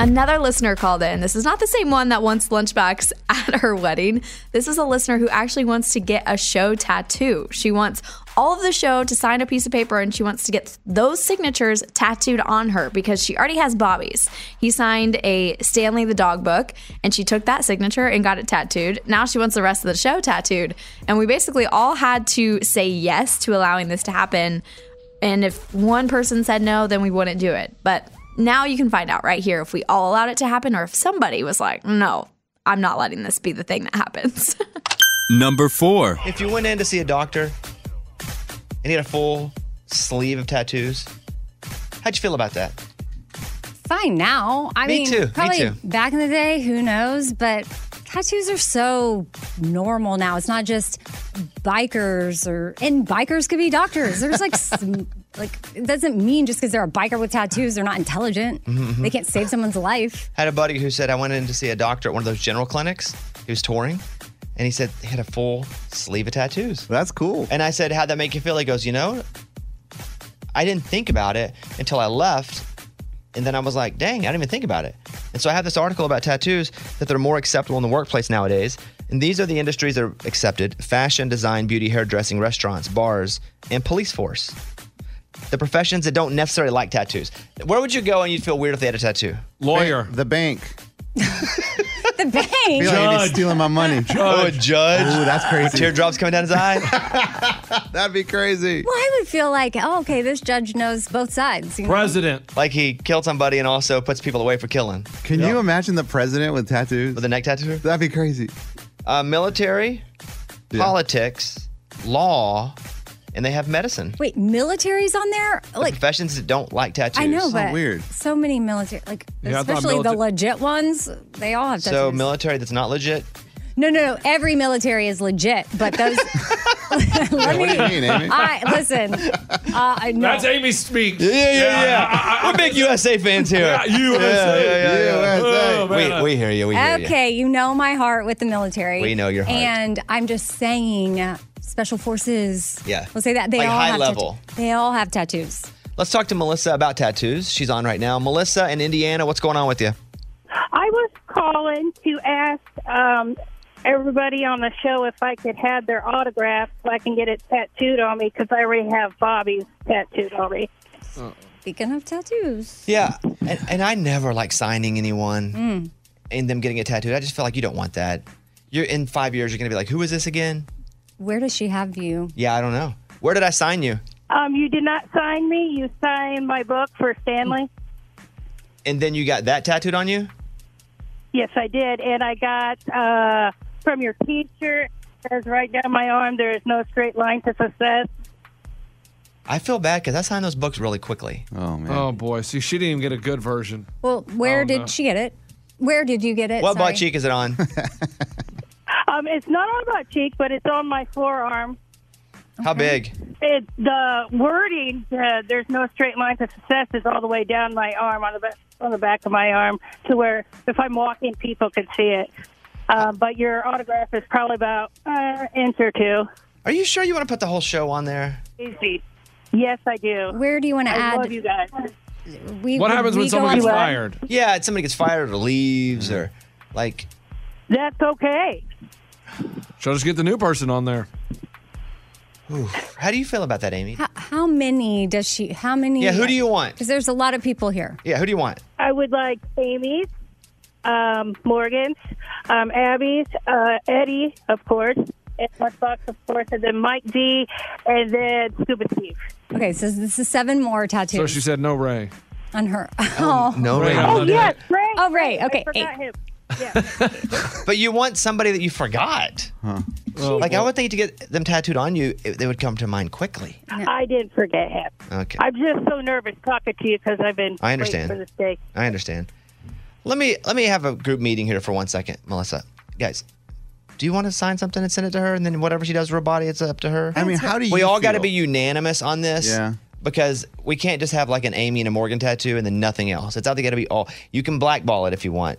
Another listener called in. This is not the same one that wants lunchbox [laughs] at her wedding. This is a listener who actually wants to get a show tattoo. She wants all of the show to sign a piece of paper and she wants to get those signatures tattooed on her because she already has Bobby's. He signed a Stanley the Dog book and she took that signature and got it tattooed. Now she wants the rest of the show tattooed. And we basically all had to say yes to allowing this to happen and if one person said no, then we wouldn't do it. But now you can find out right here if we all allowed it to happen or if somebody was like, no, I'm not letting this be the thing that happens. [laughs] Number four. If you went in to see a doctor and he had a full sleeve of tattoos, how'd you feel about that? Fine now. I Me mean, too, me probably too. back in the day, who knows? But tattoos are so normal now. It's not just bikers or and bikers could be doctors. [laughs] There's like some, like it doesn't mean just because they're a biker with tattoos they're not intelligent. Mhm, mhm. They can't save [laughs] someone's life. Had a buddy who said, I went in to see a doctor at one of those general clinics. He was touring. And he said he had a full sleeve of tattoos. That's cool. And I said, How'd that make you feel? He goes, You know, I didn't think about it until I left. And then I was like, dang, I didn't even think about it. And so I have this article about tattoos that they're more acceptable in the workplace nowadays. And these are the industries that are accepted fashion, design, beauty, hairdressing, restaurants, bars, and police force. The professions that don't necessarily like tattoos. Where would you go and you'd feel weird if they had a tattoo? Lawyer. The bank. the bank. Feel like you're just stealing my [laughs] money. Oh, a judge. Ooh, that's crazy. Teardrops coming down his eye. [laughs] [laughs] That'd be crazy. Well, I would feel like, oh, okay, this judge knows both sides. you know? President. Like he killed somebody and also puts people away for killing. Can you imagine the president with tattoos? With a neck tattoo? That'd be crazy. Uh, military, politics, law, and they have medicine. Wait, military's on there? The Like professions that don't like tattoos. I know, but so many military, like Yeah, I thought especially the milita- legit ones, they all have tattoos. So military that's not legit. no, no, no. Every military is legit, [laughs] but those. [laughs] Let what do you mean, Amy? I listen. Uh, I know. That's Amy speak. Yeah, yeah, yeah. We're big USA fans here. Yeah, USA. USA. Oh, man. we, we hear you. We hear okay, you know my heart with the military. We know your heart. And I'm just saying, uh, special forces. Yeah. We'll say that they Like all high have level. tattoo- they all have tattoos. you. Let's talk to Melissa about tattoos. She's on right now. Melissa in Indiana, what's going on with you? [laughs] I was calling to ask um, everybody on the show if I could have their autograph so I can get it tattooed on me because I already have Bobby's tattooed on me. Speaking of tattoos. Yeah, and, and I never like signing anyone Mm. and them getting a tattoo. I just feel like you don't want that. You're in five years, you're gonna be like, who is this again? Where does she have you? Yeah, I don't know. Where did I sign you? Um, you did not sign me. You signed my book for Stanley. And then you got that tattooed on you? Yes, I did. And I got uh, from your teacher, it says right down my arm, there is no straight line to success. I feel bad because I signed those books really quickly. Oh man. Oh boy. See, she didn't even get a good version. Well, where Oh, did no. she get it? Where did you get it? what Sorry. butt cheek is it [laughs] on? Um, it's not on my cheek, but it's on my forearm. How big? It's the wording. Uh, there's no straight line to success. Is all the way down my arm on the back, on the back of my arm to where if I'm walking, people can see it. Uh, but your autograph is probably about uh, inch or two. Are you sure you want to put the whole show on there? Easy. Yes, I do. Where do you want to add? Love you guys. We, What happens when someone gets fired? Yeah, if somebody gets fired or leaves or like. That's okay. She'll just get the new person on there. How do you feel about that, Amy? How, how many does she? How many? Yeah, who do you want? Because there's a lot of people here. Yeah, who do you want? I would like Amy's, um, Morgan's, um, Abby's, uh, Eddie, of course, and Mark Fox, of course, and then Mike D, and then Scuba Steve. Okay, so this is seven more tattoos So she said no Ray. on her. [laughs] Oh, No, Ray. Ray. Oh, yes, Ray. Oh, Ray. Okay, I forgot eight. him. But you want somebody that you forgot. Oh, like, I would think to get them tattooed on you, it, they would come to mind quickly. I didn't forget him. Okay. I'm just so nervous talking to you because I've been I understand. waiting for this day. I understand. Let me let me have a group meeting here for one second, Melissa. Guys, do you want to sign something and send it to her, and then whatever she does with her body, it's up to her? I mean, how do you? We all got to feel? be unanimous on this. Yeah. Because we can't just have like an Amy and a Morgan tattoo and then nothing else. It's either got to be all. You can blackball it if you want,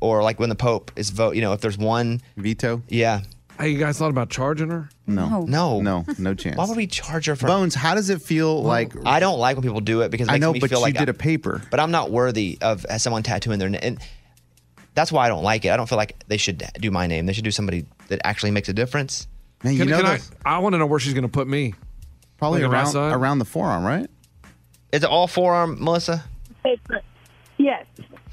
or like when the Pope is vote. You know, if there's one veto. Yeah. Hey, you guys thought about charging her? No. No. No. No chance. Why would we charge her for Bones? How does it feel like? I don't like when people do it because it I makes know, me but feel you like did a a paper. But I'm not worthy of as someone tattooing their name. And that's why I don't like it. I don't feel like they should do my name. They should do somebody that actually makes a difference. Man, Can- can I, I want to know where she's going to put me. Probably Like a right around side? around the forearm, right? Is it all forearm, Melissa? Yes.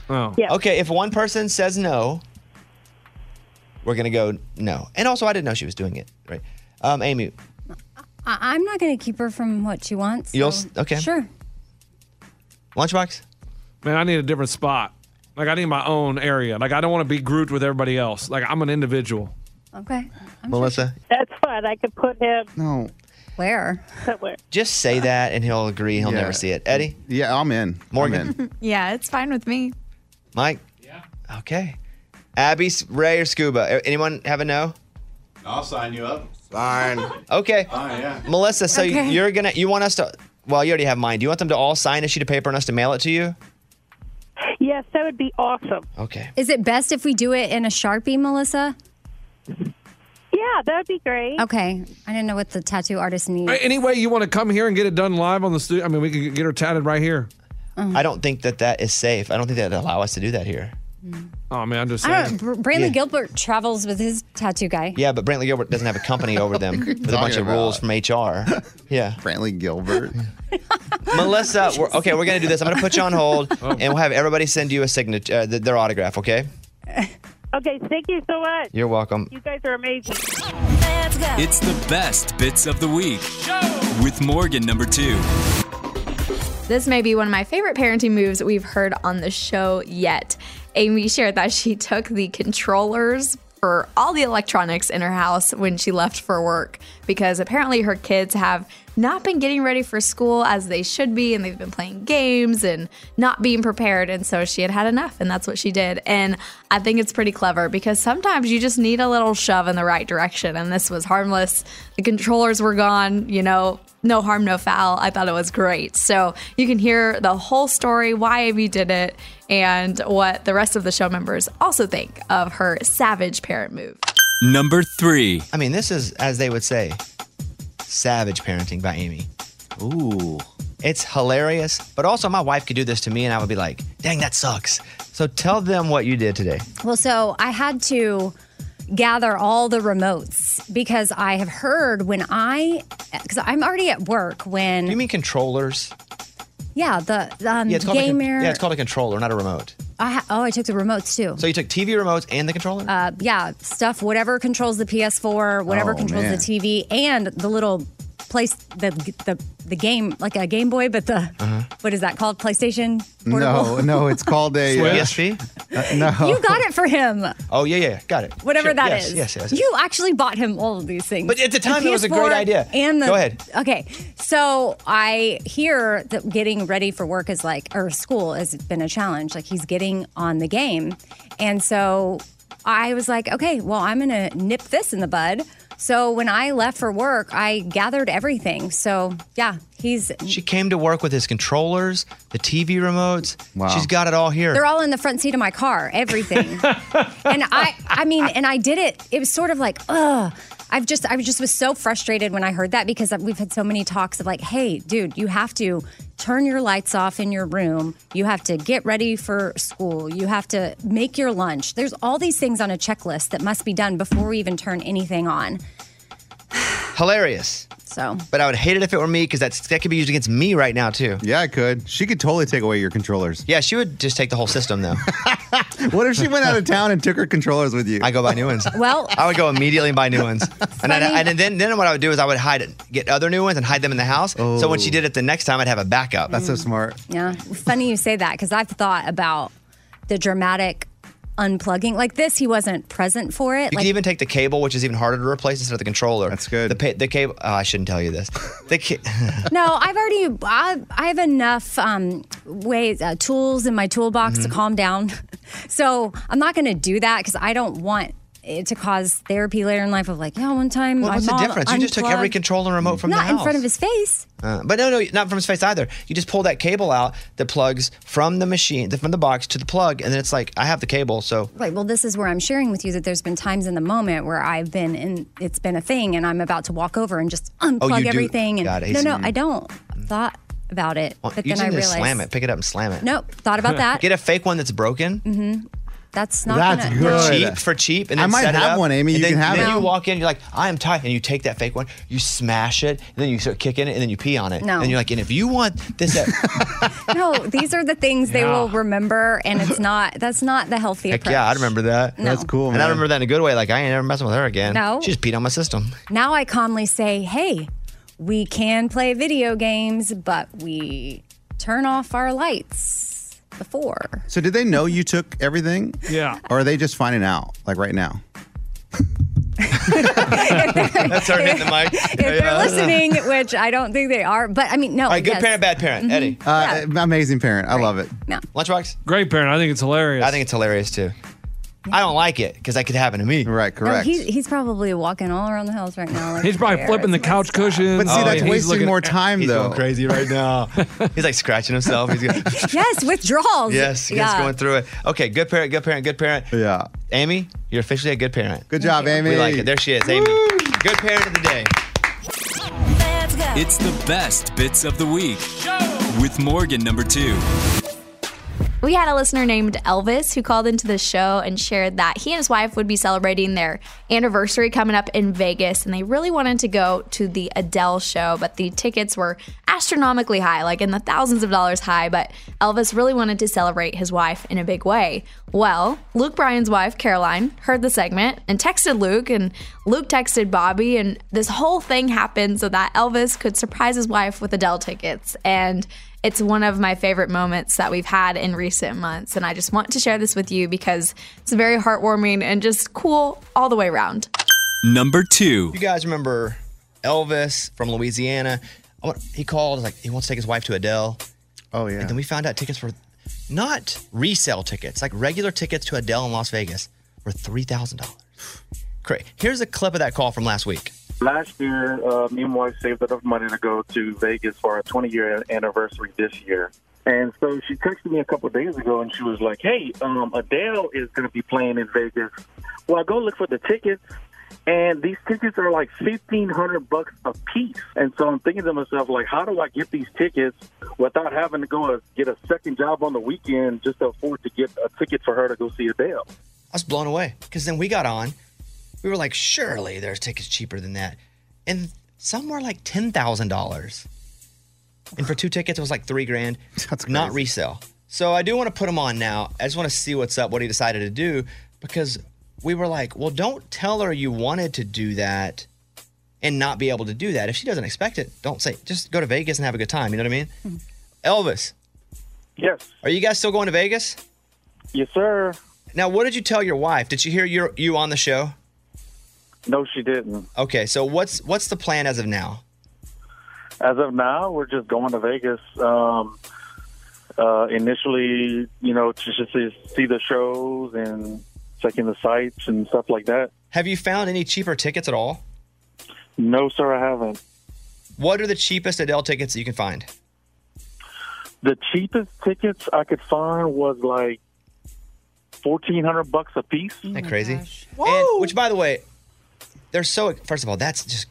Oh. Yeah. Okay, if one person says no, we're gonna go no. And also, I didn't know she was doing it. Right, um, Amy. I- I'm not going to keep her from what she wants. You'll so- s- okay. Sure. Lunchbox. Man, I need a different spot. Like I need my own area. Like I don't want to be grouped with everybody else. Like I'm an individual. Okay. Melissa, That's fun. I could put him No. Where? somewhere. just say that, and he'll agree. He'll Yeah. never see it. Eddie. Yeah, I'm in. [laughs] Morgan. yeah, it's fine with me. Mike. Yeah. Okay. Abby, S- Ray, or Scuba? A- Anyone have a no? I'll sign you up. Fine. [laughs] Okay. yeah. Melissa, so you- Okay. you're gonna you want us to? Well, you already have mine. Do you want them to all sign a sheet of paper and us to mail it to you? Yes, that would be awesome. Okay. Is it best if we do it in a Sharpie, Melissa? Yeah, that would be great. Okay. I didn't know what the tattoo artist needs. Any way you want to come here and get it done live on the studio? I mean, we could get her tatted right here. Oh. I don't think that that is safe. I don't think that allow us to do that here. Oh man, I'm just I saying. don't know. Br- Brantley Yeah. Gilbert travels with his tattoo guy. Yeah, but Brantley Gilbert doesn't have a company [laughs] over them with a Talking bunch of about- rules from [laughs] HR. Yeah. Brantley [laughs] Gilbert. Melissa, we're, okay, we're gonna do this. I'm gonna put you [laughs] on hold, Oh. and we'll have everybody send you a signature, uh, th- their autograph. Okay. Okay, thank you so much. You're welcome. You guys are amazing. It's the best bits of the week with Morgan number two. This may be one of my favorite parenting moves we've heard on the show yet. Amy shared that she took the controllers for all the electronics in her house when she left for work because apparently her kids have not been getting ready for school as they should be and they've been playing games and not being prepared and so she had had enough and that's what she did and I think it's pretty clever because sometimes you just need a little shove in the right direction and this was harmless the controllers were gone you know no harm, no foul. I thought it was great. So you can hear the whole story, why Amy did it, and what the rest of the show members also think of her savage parent move. Number three. I mean, this is as they would say, savage parenting by Amy. Ooh. It's hilarious, but also my wife could do this to me, and I would be like, "Dang, that sucks." So tell them what you did today. Well, so I had to gather all the remotes because I have heard when I, because I'm already at work when. You mean controllers? Yeah, the, the, um, yeah, it's called a con- gamer. yeah, it's called a controller, not a remote. I ha- oh, I took the remotes too. So you took TV remotes and the controller. uh, yeah, stuff, whatever controls the PS4, whatever Oh, controls man. the TV, and the little place, the, the the game, like a Game Boy, but the, what is that called? PlayStation? Portable? Uh-huh. No, no, it's called a Switch? Uh, no, You got it for him, [laughs] Oh yeah, yeah, got it. whatever Sure, that yes, is. Yes, yes. You actually bought him all of these things. But at the time, it was a great PS4 idea. And the, Go ahead. Okay, so I hear that getting ready for work is like, or school has been a challenge. Like he's getting on the game, and so I was like, okay, well, I'm gonna nip this in the bud. So when I left for work, I gathered everything. So yeah, he's She came to work with his controllers, the TV remotes. She's got it all here. They're all in the front seat of my car, everything. and I I mean, and I did it. It was sort of like, ugh. I've just I was just was so frustrated when I heard that because we've had so many talks of like, hey, dude, you have to turn your lights off in your room. You have to get ready for school. You have to make your lunch. There's all these things on a checklist that must be done before we even turn anything on. Hilarious. So. But I would hate it if it were me because that's that could be used against me right now too. Yeah, I could. She could totally take away your controllers. Yeah, she would just take the whole system though. [laughs] what if she went out of [laughs] town and took her controllers with you? I go buy new ones. Well, I would go immediately and buy new ones, and, I'd, Funny. and then then what I would do is I would hide it, get other new ones, and hide them in the house. So when she did it the next time, I'd have a backup. That's so Oh. smart. Yeah. Funny you say that because I've thought about the dramatic unplugging. Like this, he wasn't present for it. You like, can even take the cable, which is even harder to replace instead of the controller. That's good. The, pa- the cable. Oh, I shouldn't tell you this. The ca- [laughs] no, I've already, I, I have enough um, ways, uh, tools in my toolbox to Mhm. calm down. [laughs] So I'm not going to do that because I don't want it to cause therapy later in life of like, yeah, one time. Well, Mm, my what's the mom difference? You just took every unplugged- controller remote from not the house. in front of his face. Uh, but no, no, not from his face either. You just pull that cable out that plugs from the machine, from the box to the plug, and then it's like I have the cable, so Right. Well, this is where I'm sharing with you that there's been times in the moment where I've been in, it's been a thing, and I'm about to walk over and just unplug Oh, you do- everything. And got it. no, He's- no, I don't. I've Thought about it, well, but you then just I need to realized. slam it, pick it up and slam it. Nope. Thought [laughs] about that. Get a fake one that's broken. hmm That's not. That's gonna, good. No. Cheap for cheap, and I then might set it have up, one, Amy. and You then, can have then it. you walk in, you're like, I am tired, and you take that fake one, you smash it, and then you start kicking it, and then you pee on it, No. and you're like, and if you want this, [laughs] that, No, these are the things they Yeah. will remember, and it's not. That's not the healthy heck approach. yeah, I remember that. No. That's cool. And I remember that in a good way. Like I ain't ever messing with her again. No. she just peed on my system. Now I calmly say, "Hey, we can play video games, but we turn off our lights [laughs] before." So did they know you took everything? Yeah. Or are they just finding out, like right [laughs] now? That's her hitting the mic. If they're listening, which I don't think they are, but I mean, no. All right, good yes. parent, bad parent, Mhm. Uh, Amazing parent. I love it. No. Lunchbox? Great parent. I think it's hilarious. I think it's hilarious too. I don't like it because that could happen to me. Right, No, he's, he's probably walking all around the house right now. Like, He's probably flipping the couch cushions. But see, that's wasting more time, He's going crazy right now. [laughs] he's like scratching himself. He's going, yes, withdrawals. yes, he's going through it. Okay, good parent, good parent, good parent. Yeah. Amy, you're officially a good parent. Good job, Amy. We like it. There she is, Amy. Good parent of the day. It's the best bits of the week with Morgan number two. We had a listener named Elvis who called into the show and shared that he and his wife would be celebrating their anniversary coming up in Vegas, and they really wanted to go to the Adele show, but the tickets were astronomically high, like in the thousands of dollars high. But Elvis really wanted to celebrate his wife in a big way. Well, Luke Bryan's wife, Caroline, heard the segment and texted Luke, and Luke texted Bobby, and this whole thing happened so that Elvis could surprise his wife with Adele tickets. And it's one of my favorite moments that we've had in recent months. And I just want to share this with you because it's very heartwarming and just cool all the way around. Number two. You guys remember Elvis from Louisiana? I want- He called like he wants to take his wife to Adele. Oh yeah. And then we found out tickets were not resale tickets, like regular tickets to Adele in Las Vegas were three thousand dollars. Great. Here's a clip of that call from last week. Last year, uh, me and my wife saved enough money to go to Vegas for our 20 year anniversary this year. And so she texted me a couple of days ago and she was like, hey, um, Adele is going to be playing in Vegas. Well, I go look for the tickets. And these tickets are like fifteen hundred bucks a piece, and so I'm thinking to myself, like, how do I get these tickets without having to go uh, get a second job on the weekend just to afford to get a ticket for her to go see Adele? I was blown away because then we got on. We were like, surely there's tickets cheaper than that. And some were like $10,000. And for two tickets, it was like three grand. That's Not resale. So I do want to put him on now. I just want to see what's up, what he decided to do, because we were like, well, don't tell her you wanted to do that and not be able to do that. If she doesn't expect it, don't say, just go to Vegas and have a good time. You know what I mean? Elvis. Yes. Are you guys still going to Vegas? Yes, sir. Now, what did you tell your wife? Did she hear your, you on the show? No, she didn't. Okay, so what's what's the plan as of now? As of now, we're just going to Vegas. Um, uh, initially, you know, to just see, see the shows and checking the sites and stuff like that. Have you found any cheaper tickets at all? No, sir, I haven't. What are the cheapest Adele tickets that you can find? The cheapest tickets I could find was like fourteen hundred bucks a piece. Isn't that crazy? And, which, by the way, they're so. First of all, that's just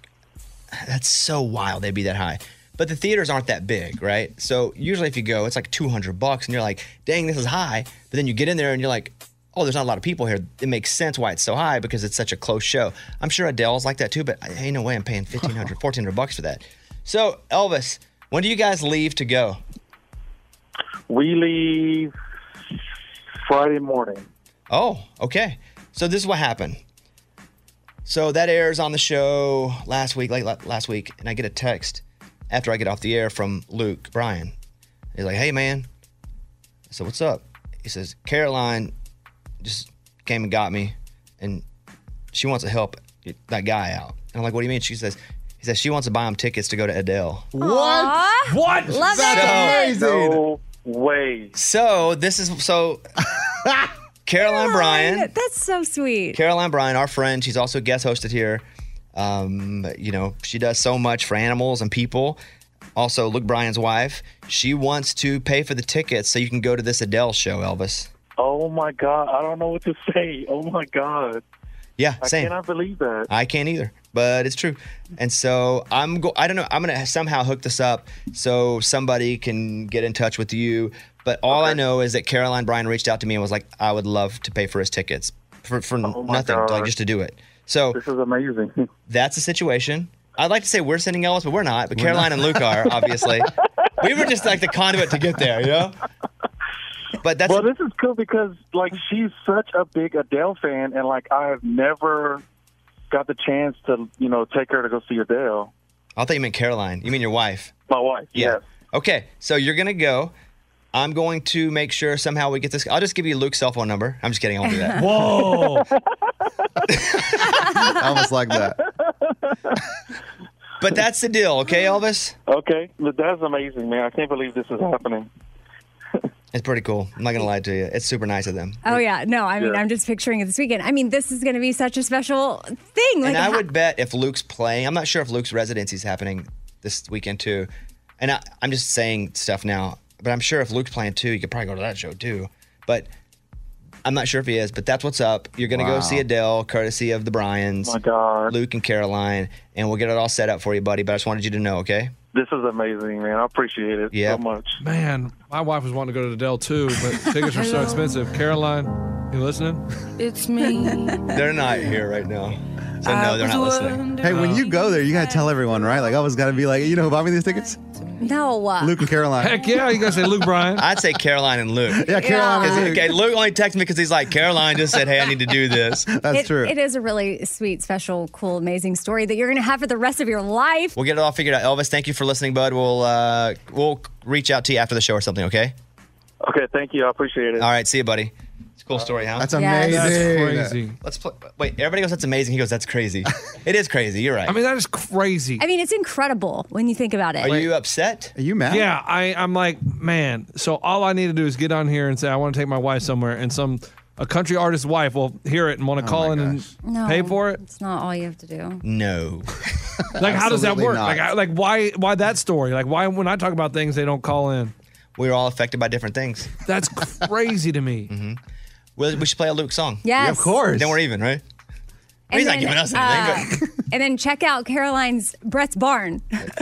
that's so wild. They'd be that high. But the theaters aren't that big, right? So usually, if you go, it's like two hundred bucks, and you're like, "Dang, this is high." But then you get in there, and you're like, "Oh, there's not a lot of people here." It makes sense why it's so high because it's such a close show. I'm sure Adele's like that too, but I- ain't no way I'm paying [laughs] 1500 1400 bucks for that. So, Elvis, when do you guys leave to go? We leave Friday morning. Oh, okay. So this is what happened. So that airs on the show last week, late la- last week, and I get a text after I get off the air from Luke Bryan. He's like, "Hey, man." I said, "What's up?" He says, "Caroline just came and got me, and she wants to help that guy out." And I'm like, "What do you mean?" She says, "He says she wants to buy him tickets to go to Adele." What? [laughs] What? Love That's it. amazing. No way. So this is [laughs] so Caroline Bryan. Oh That's so sweet. Caroline Bryan, our friend, she's also guest hosted here. Um, you know, she does so much for animals and people. Also, Luke Bryan's wife, she wants to pay for the tickets so you can go to this Adele show, Elvis. Oh my god! I don't know what to [laughs] say. Oh my god! Yeah, Uh, I same. Uh, cannot believe that. I can't either, but it's true. And so I'm go I don't know, I'm going to somehow hook this up so somebody can get in touch with you, but all I know is that Caroline Bryan reached out to me and was like I would love to pay for his tickets for for nothing, like God. just to do it. So This Oh is amazing. [laughs] That's the situation. I'd like to say we're sending Elvis, but we're not. But Caroline and Luke are [laughs] obviously. we were just like the conduit to get there, you know. But that's well, this is cool because like she's such a big Adele fan, and like I have never got the chance to you know take her to go see Adele. I thought you meant Caroline. You mean your wife? My wife. Yeah. Okay, so you're gonna go. I'm going to make sure somehow we get this. I'll just give you Luke's cell phone number. I'm just kidding. I won't [laughs] do that. Whoa. Almost like that. [laughs] but that's the deal, okay, Elvis? Okay, Look, that's amazing, man. I can't believe this is happening. It's pretty cool. I'm not gonna lie to you. It's super nice of them. Oh yeah, no. I mean, Yeah. I'm just picturing it this weekend. I mean, this is going to be such a special thing. [laughs] Like, and I would bet if Luke's playing, I'm not sure if Luke's residency is happening this weekend too. And I, I'm just saying stuff now, but I'm sure if Luke's playing too, you could probably go to that show too. But I'm not sure if he is. But that's what's up. You're gonna Wow. go see Adele, courtesy of the Bryans, Oh my God. Luke and Caroline, and we'll get it all set up for you, buddy. But I just wanted you to know, okay? This is amazing, man. I appreciate it so much. Man, my wife was wanting to go to the Dell too, but tickets are so Hello. expensive. Caroline, you listening? It's me. They're not here right now. So, Uh, no, they're not listening. Hey, when you go there, you gotta tell everyone, right? Like, I always gotta be like, you know, who bought me these tickets? no. uh, Luke and Caroline. Heck yeah, you gotta say Luke Bryan. [laughs] I'd say Caroline and Luke. Yeah, Caroline and Because- Luke. Okay, Luke only texted me because he's like, Caroline just said, hey, I need to do this. it- It is a really sweet, special, cool, amazing story that you're going to have for the rest of your life. We'll get it all figured out. Elvis, thank you for listening, bud. We'll uh, we'll reach out to you after the show or something, okay? Okay, thank you. I appreciate it. All right, see you, buddy. It's a cool story, huh? That's Yes. amazing. Uh, That's crazy. Let's play. Wait, everybody goes, that's amazing. He goes, [laughs] that's crazy. it is crazy. You're right. I mean, that is crazy. I mean, it's incredible when you think about it. you upset? Are you mad? Yeah, I, I'm like, man. So all I need to do is get on here and say I want to take my wife somewhere, and some a country artist's wife will hear it and want to call in and No, pay for it. It's not all you have to do. No. [laughs] Like, how does that Absolutely work? not. Like, I, like why why that story? Like, why when I talk about things they don't call in? We were all affected by different things. That's crazy to me. Mm-hmm. Well, we should play a Luke song. Yes. Yeah, of course. Then we're even, right? And He's then, not uh, giving us uh, anything. and then check out Caroline's Brett's Barn. [gasps]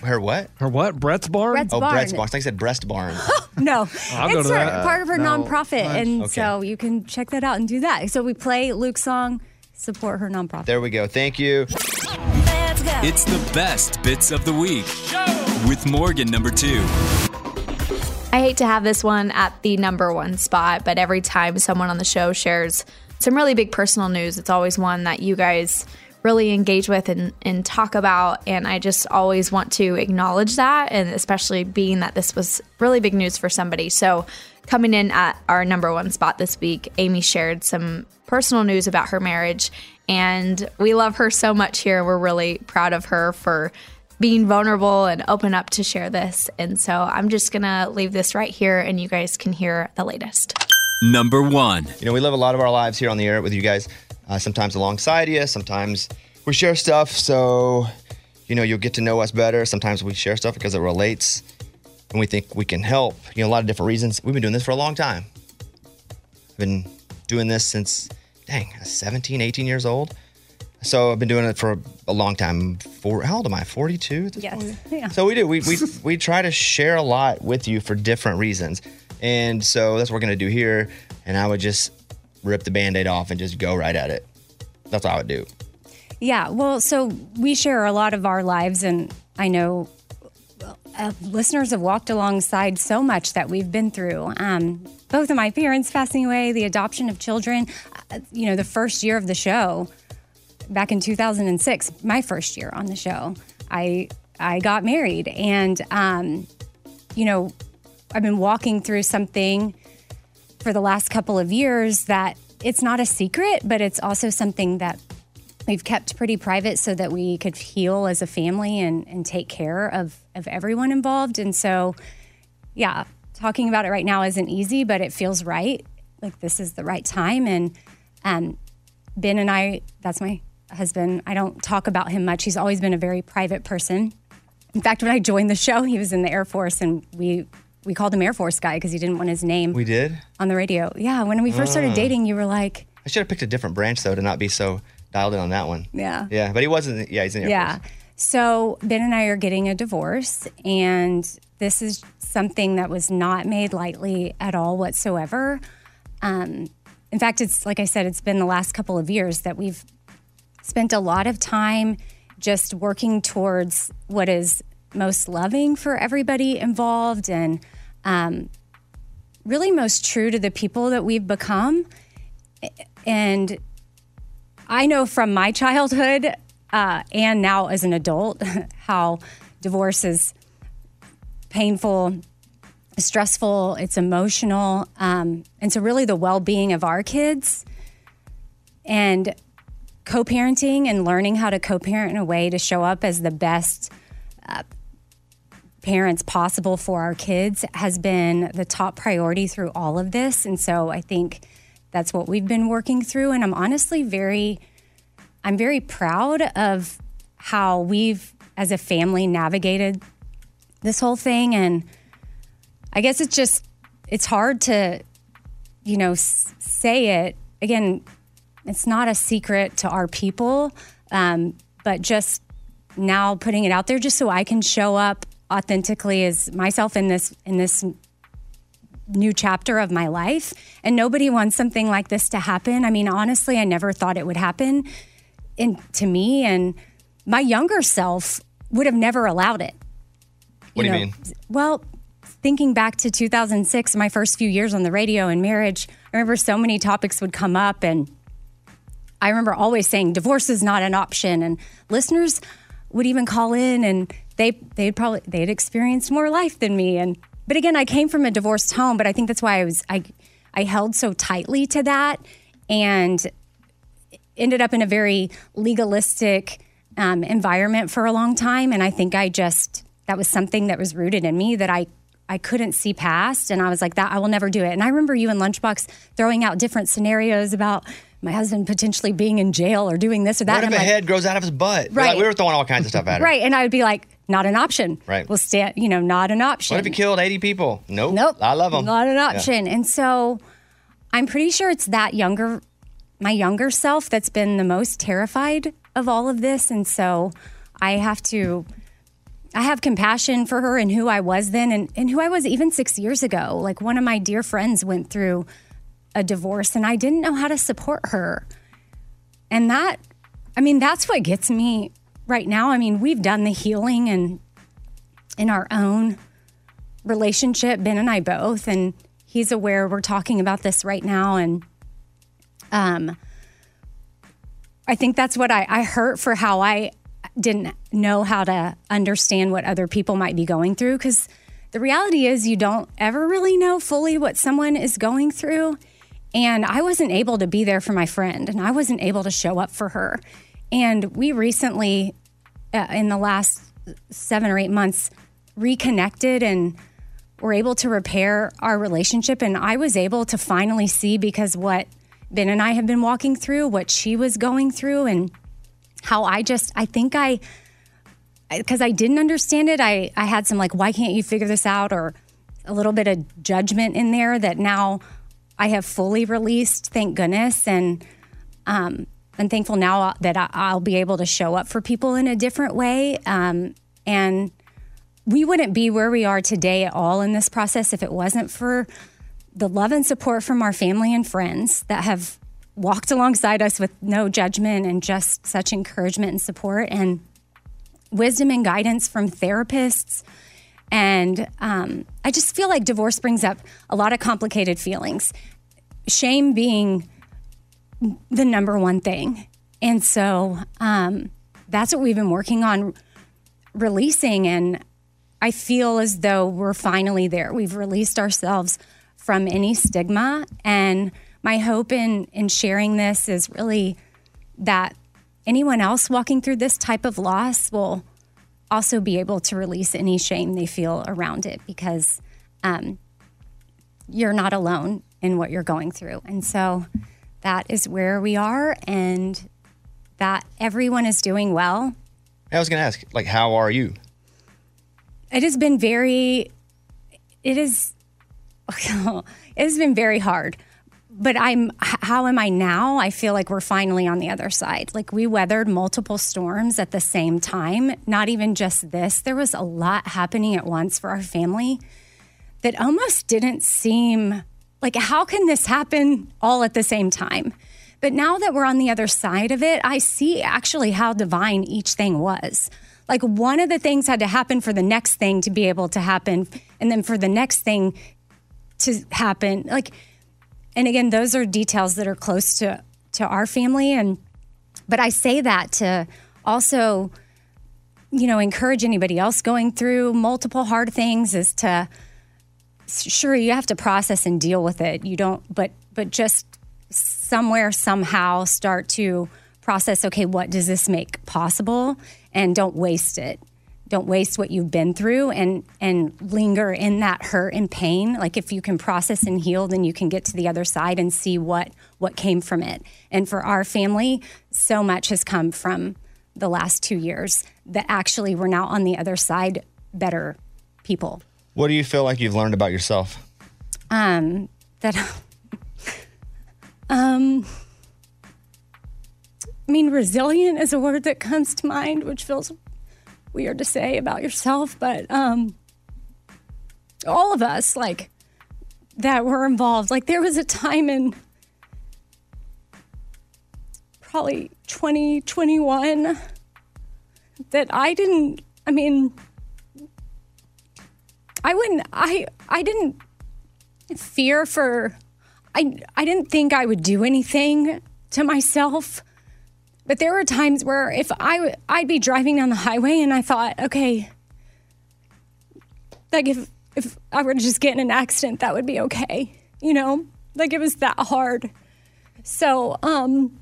but her what? Her what? Brett's Barn? Brett's oh, barn. Brett's Barn. I think I said Breast Barn. No, [laughs] I'll it's go to her- that. part of her Uh, no. nonprofit, and Okay. so you can check that out and do that. So we play Luke's song, support her nonprofit. there we go. Thank you. It's the best bits of the week with Morgan number two. I hate to have this one at the number one spot, but every time someone on the show shares some really big personal news, it's always one that you guys really engage with and, and talk about. And I just always want to acknowledge that, and especially being that this was really big news for somebody. So, coming in at our number one spot this week, Amy shared some personal news about her marriage. And we love her so much here. We're really proud of her for being vulnerable and open up to share this. And so I'm just going to leave this right here and you guys can hear the latest. Number one. You know, we live a lot of our lives here on the air with you guys, uh, sometimes alongside you, sometimes we share stuff. So, you know, you'll get to know us better. Sometimes we share stuff because it relates and we think we can help. You know, a lot of different reasons. We've been doing this for a long time. I've been doing this since, dang, I was 17, 18 years old. So I've been doing it for a long time. For, how old am I? 42 at this Yes. [laughs] Yeah. so we do. We, we we try to share a lot with you for different reasons, and so that's what we're gonna do here. And I would just rip the band-aid off and just go right at it. That's what I would do. Yeah, well, so we share a lot of our lives, and I know uh, listeners have walked alongside so much that we've been through. Um, both of my parents passing away, the adoption of children, uh, you know, the first year of the show back in 2006, my first year on the show, I I got married, and um, you know, I've been walking through something for the last couple of years that it's not a secret, but it's also something that we've kept pretty private so that we could heal as a family and, and take care of, of everyone involved. And so, yeah, talking about it right now isn't easy, but it feels right. Like this is the right time. And um, Ben and I, that's my husband, I don't talk about him much. He's always been a very private person. In fact, when I joined the show, he was in the Air Force and we, we called him Air Force guy because he didn't want his name We did. on the radio. Yeah, when we first started Ah. dating, you were like, I should have picked a different branch though to not be so dialed in on that one. yeah. Yeah, but he wasn't. Yeah, he's in. the Air Yeah. So Ben and I are getting a divorce, and this is something that was not made lightly at all whatsoever. Um, in fact, it's like I said, it's been the last couple of years that we've spent a lot of time just working towards what is most loving for everybody involved and um, really most true to the people that we've become. And I know from my childhood uh, and now as an adult [laughs] how divorce is painful, stressful, it's emotional. Um, and so, really, the well being of our kids and co parenting and learning how to co parent in a way to show up as the best uh, parents possible for our kids has been the top priority through all of this. And so I think that's what we've been working through. And I'm honestly very, I'm very proud of how we've, as a family, navigated this whole thing. And I guess it's just, it's hard to, you know, s- say it. Again, it's not a secret to our people, um, but just now putting it out there just so I can show up authentically as myself in this in this new chapter of my life and nobody wants something like this to happen. I mean, honestly, I never thought it would happen in to me and my younger self would have never allowed it. What do you know, mean? Well, thinking back to 2006, my first few years on the radio and marriage, I remember so many topics would come up and I remember always saying divorce is not an option and listeners would even call in and they they'd probably they'd experienced more life than me and but again I came from a divorced home but I think that's why I was I I held so tightly to that and ended up in a very legalistic um, environment for a long time and I think I just that was something that was rooted in me that I I couldn't see past and I was like that I will never do it and I remember you and lunchbox throwing out different scenarios about my husband potentially being in jail or doing this or that What if and a I'm like, head grows out of his butt? We're like- Right. we were throwing all kinds of stuff at her. Right. And I would be like, not an option. Right. We'll stand, you know, not an option. What if he killed 80 people? Nope. Nope. I love him. Not an Yeah. option. And so I'm pretty sure it's that younger, my younger self that's been the most terrified of all of this. And so I have to, I have compassion for her and who I was then and, and who I was even six years ago. Like one of my dear friends went through a divorce and I didn't know how to support her. And that, I mean, that's what gets me right now. I mean, we've done the healing and in our own relationship, Ben and I both, and he's aware we're talking about this right now. And um, I think that's what I, I hurt for how I didn't know how to understand what other people might be going through. Because the reality is, you don't ever really know fully what someone is going through. And I wasn't able to be there for my friend, and I wasn't able to show up for her. And we recently, uh, in the last seven or eight months, reconnected and were able to repair our relationship. And I was able to finally see because what Ben and I have been walking through, what she was going through, and how I just, I think I, because I didn't understand it, I, I had some like, why can't you figure this out? Or a little bit of judgment in there that now I have fully released, thank goodness. And um, I'm thankful now that I, I'll be able to show up for people in a different way. Um, and we wouldn't be where we are today at all in this process if it wasn't for the love and support from our family and friends that have walked alongside us with no judgment and just such encouragement and support and wisdom and guidance from therapists. And um, I just feel like divorce brings up a lot of complicated feelings, shame being the number one thing. And so um, that's what we've been working on releasing. And I feel as though we're finally there. We've released ourselves from any stigma. And my hope in, in sharing this is really that anyone else walking through this type of loss will also be able to release any shame they feel around it because um, you're not alone in what you're going through. And so that is where we are, and that everyone is doing well. I was going to ask, like, how are you? It has been very, it is, [laughs] it has been very hard. But I'm, h- how am I now? I feel like we're finally on the other side. Like we weathered multiple storms at the same time, not even just this. There was a lot happening at once for our family that almost didn't seem like, how can this happen all at the same time? But now that we're on the other side of it, I see actually how divine each thing was. Like one of the things had to happen for the next thing to be able to happen, and then for the next thing to happen. Like, and again, those are details that are close to to our family, and but I say that to also, you know, encourage anybody else going through multiple hard things is to sure you have to process and deal with it you don't but but just somewhere somehow start to process okay what does this make possible and don't waste it don't waste what you've been through and and linger in that hurt and pain like if you can process and heal then you can get to the other side and see what what came from it and for our family so much has come from the last 2 years that actually we're now on the other side better people What do you feel like you've learned about yourself? um that [laughs] um I mean resilient is a word that comes to mind which feels weird to say about yourself but um all of us like that were involved like there was a time in probably 2021 that I didn't I mean I wouldn't I I didn't fear for I I didn't think I would do anything to myself. But there were times where if I w- I'd be driving down the highway and I thought, okay, like if if I were to just get in an accident, that would be okay. You know? Like it was that hard. So, um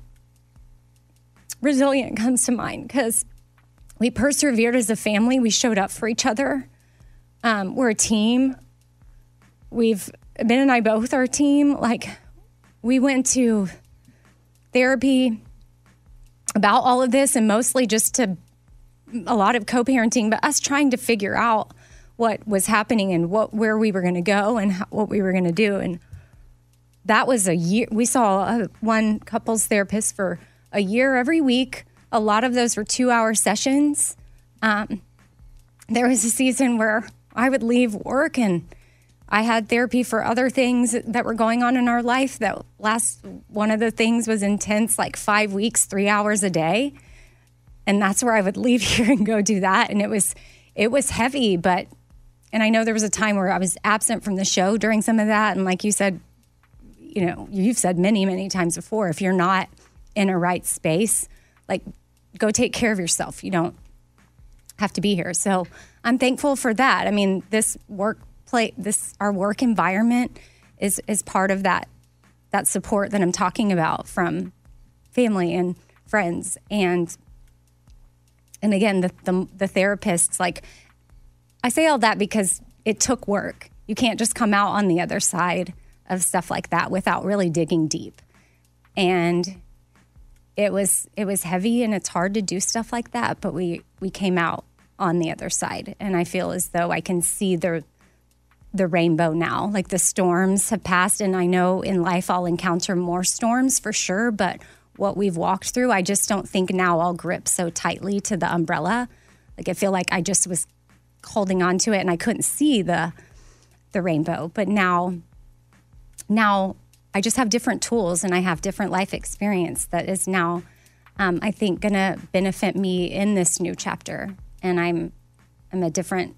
resilient comes to mind cuz we persevered as a family. We showed up for each other. Um, we're a team we've Ben and I both are a team. Like we went to therapy about all of this and mostly just to a lot of co-parenting, but us trying to figure out what was happening and what where we were going to go and how, what we were going to do and that was a year we saw uh one couples therapist for a year every week a lot of those were two hour sessions um, there was a season where i would leave work and I had therapy for other things that were going on in our life. That last one of the things was intense, like five weeks, three hours a day. And that's where I would [laughs] leave here and go do that. And it was, it was heavy, but, and I know there was a time where I was absent from the show during some of that. And like you said, you know, you've said many, many times before, if you're not in a right space, like go take care of yourself. You don't have to be here. So I'm thankful for that. I mean, this work play this our work environment is is part of that that support that I'm talking about from family and friends and and again the the, the therapists like I say all that because it took work. You can't just come out on the other side of stuff like that without really digging deep. And it was it was heavy and it's hard to do stuff like that, but we we came out on the other side and I feel as though I can see the the rainbow now. Like the storms have passed, and I know in life I'll encounter more storms for sure, but what we've walked through, I just don't think now I'll grip so tightly to the umbrella. Like I feel like I just was holding on to it and I couldn't see the the rainbow. But now now I just have different tools and I have different life experience that is now um, I think gonna benefit me in this new chapter. And I'm I'm a different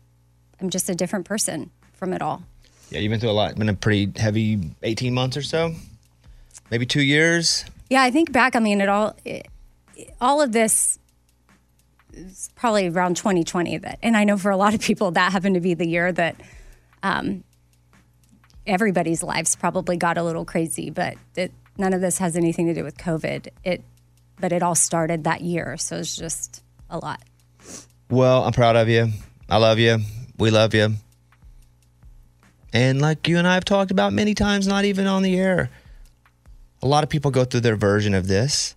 I'm just a different person from it all. Yeah, you've been through a lot. Been a pretty heavy 18 months or so, maybe two years. Yeah, I think back. I mean, it all, it, all of this is probably around 2020. That, and I know for a lot of people, that happened to be the year that um, everybody's lives probably got a little crazy. But it, none of this has anything to do with COVID. It, but it all started that year, so it's just a lot. Well, I'm proud of you. I love you. We love you. And like you and I have talked about many times, not even on the air, a lot of people go through their version of this.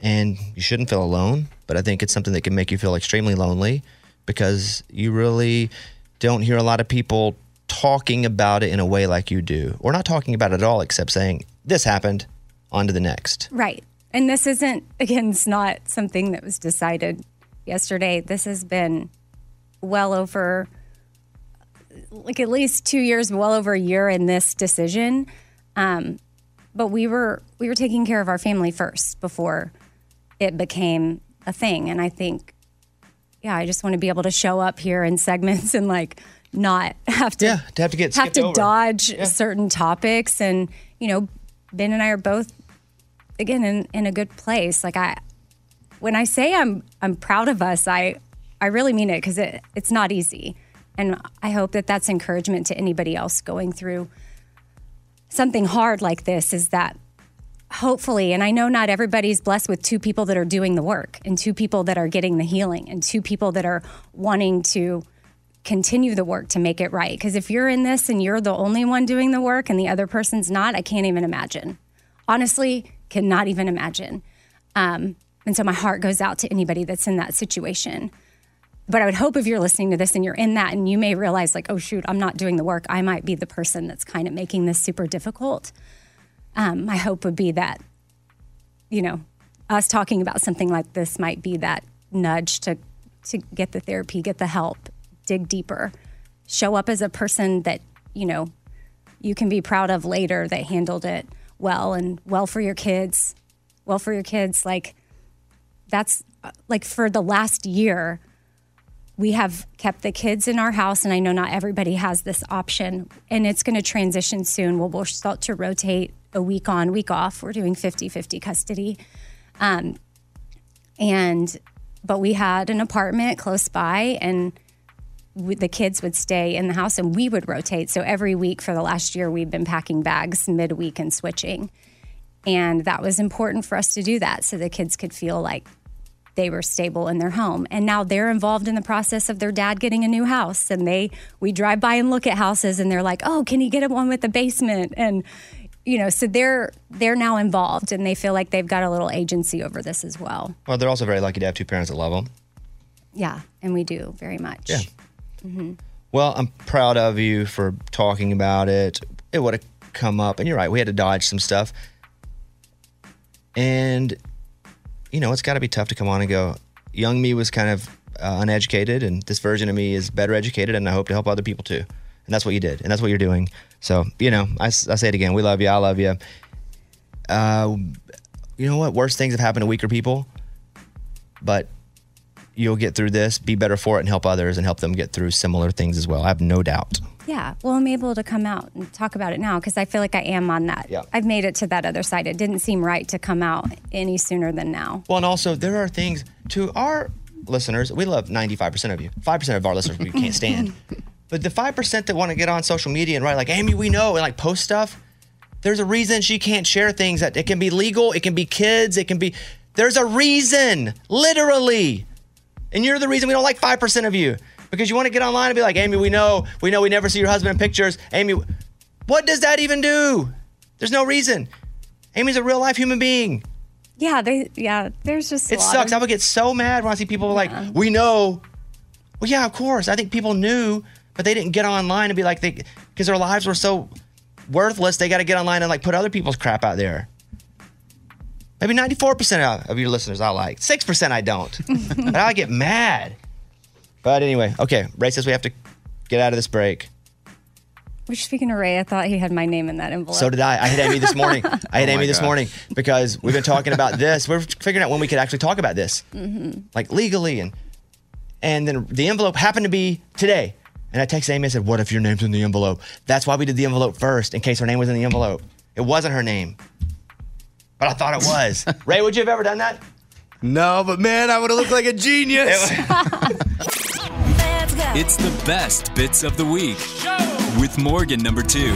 And you shouldn't feel alone, but I think it's something that can make you feel extremely lonely because you really don't hear a lot of people talking about it in a way like you do, or not talking about it at all, except saying, This happened, on to the next. Right. And this isn't, again, it's not something that was decided yesterday. This has been well over, like at least two years, well over a year in this decision. Um, but we were we were taking care of our family first before it became a thing. And I think, yeah, I just want to be able to show up here in segments and like not [laughs] have to yeah, to have to get have skipped to over. dodge certain topics. And you know, Ben and I are both again in, in a good place. Like I, when I say I'm I'm proud of us, I I really mean it because it, it's not easy, and I hope that that's encouragement to anybody else going through something hard like this. Is that hopefully, and I know not everybody's blessed with two people that are doing the work and two people that are getting the healing and two people that are wanting to continue the work to make it right. Because if you're in this and you're the only one doing the work and the other person's not, I can't even imagine. Honestly, cannot even imagine. Um, and so my heart goes out to anybody that's in that situation. But I would hope if you're listening to this and you're in that and you may realize, like, oh, shoot, I'm not doing the work. I might be the person that's kind of making this super difficult. Um, my hope would be that, you know, us talking about something like this might be that nudge to, to get the therapy, get the help, dig deeper, show up as a person that, you know, you can be proud of later that handled it well and well for your kids, well for your kids. Like, that's uh, like for the last year, we have kept the kids in our house, and I know not everybody has this option, and it's going to transition soon. We'll, we'll start to rotate a week on, week off. We're doing 50 50 custody. Um, and, but we had an apartment close by, and we, the kids would stay in the house and we would rotate. So every week for the last year, we've been packing bags midweek and switching. And that was important for us to do that so the kids could feel like they were stable in their home. And now they're involved in the process of their dad getting a new house. And they, we drive by and look at houses and they're like, oh, can he get one with the basement? And, you know, so they're, they're now involved and they feel like they've got a little agency over this as well. Well, they're also very lucky to have two parents that love them. Yeah. And we do very much. Yeah. hmm Well, I'm proud of you for talking about it. It would have come up, and you're right. We had to dodge some stuff, and you know it's got to be tough to come on and go. Young me was kind of uh, uneducated, and this version of me is better educated, and I hope to help other people too. And that's what you did, and that's what you're doing. So you know, I, s- I say it again. We love you. I love you. Uh, you know what? Worse things have happened to weaker people, but you'll get through this, be better for it, and help others and help them get through similar things as well. I have no doubt. Yeah. Well, I'm able to come out and talk about it now because I feel like I am on that. Yeah. I've made it to that other side. It didn't seem right to come out any sooner than now. Well, and also, there are things to our listeners, we love 95% of you, 5% of our listeners we can't stand. But the 5% that want to get on social media and write, like, Amy, we know, and like post stuff, there's a reason she can't share things that it can be legal, it can be kids, it can be, there's a reason, literally. And you're the reason we don't like 5% of you because you want to get online and be like, Amy, we know, we know we never see your husband in pictures. Amy, what does that even do? There's no reason. Amy's a real life human being. Yeah. They, yeah. There's just, a It lot sucks. of- I would get so mad when I see people like, we know. Well, yeah, of course. I think people knew, but they didn't get online and be like, they, because their lives were so worthless, they got to get online and like put other people's crap out there. Maybe 94% of- of your listeners I like, 6% I [laughs] don't. but I get mad. But anyway, okay, Ray says we have to get out of this break. Which, speaking of Ray, I thought he had my name in that envelope. So did I. I hit Amy this morning. [laughs] I hit Oh my Amy this gosh. morning because we've been talking about this. We're figuring out when we could actually talk about this. 嗯 Mm-hmm. like legally and and then the envelope happened to be today and i texted amy i said what if your name's in the envelope that's why we did the envelope first in case her name was in the envelope it wasn't her name but i thought it [laughs] was ray would you have ever done that no but man i would have looked like a genius It's the best bits of the week with Morgan number two.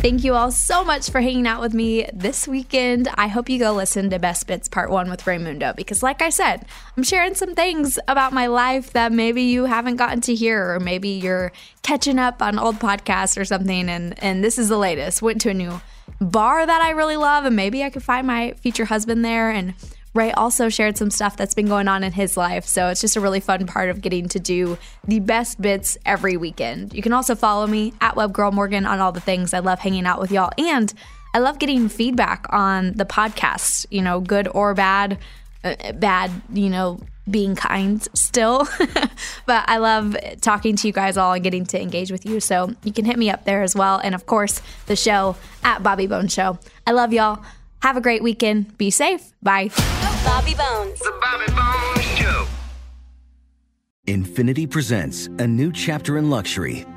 Thank you all so much for hanging out with me this weekend. I hope you go listen to Best Bits Part 1 with Raymundo because, like I said, I'm sharing some things about my life that maybe you haven't gotten to hear, or maybe you're catching up on old podcasts or something, and, and this is the latest. Went to a new bar that I really love, and maybe I could find my future husband there. And Ray also shared some stuff that's been going on in his life. So it's just a really fun part of getting to do the best bits every weekend. You can also follow me at WebGirlMorgan on all the things. I love hanging out with y'all and I love getting feedback on the podcast, you know, good or bad, uh, bad, you know, being kind still. [laughs] but I love talking to you guys all and getting to engage with you. So you can hit me up there as well. And of course, the show at Bobby Bone Show. I love y'all. Have a great weekend. Be safe. Bye. Bobby Bones. The Bobby Bones Show. Infinity presents a new chapter in luxury,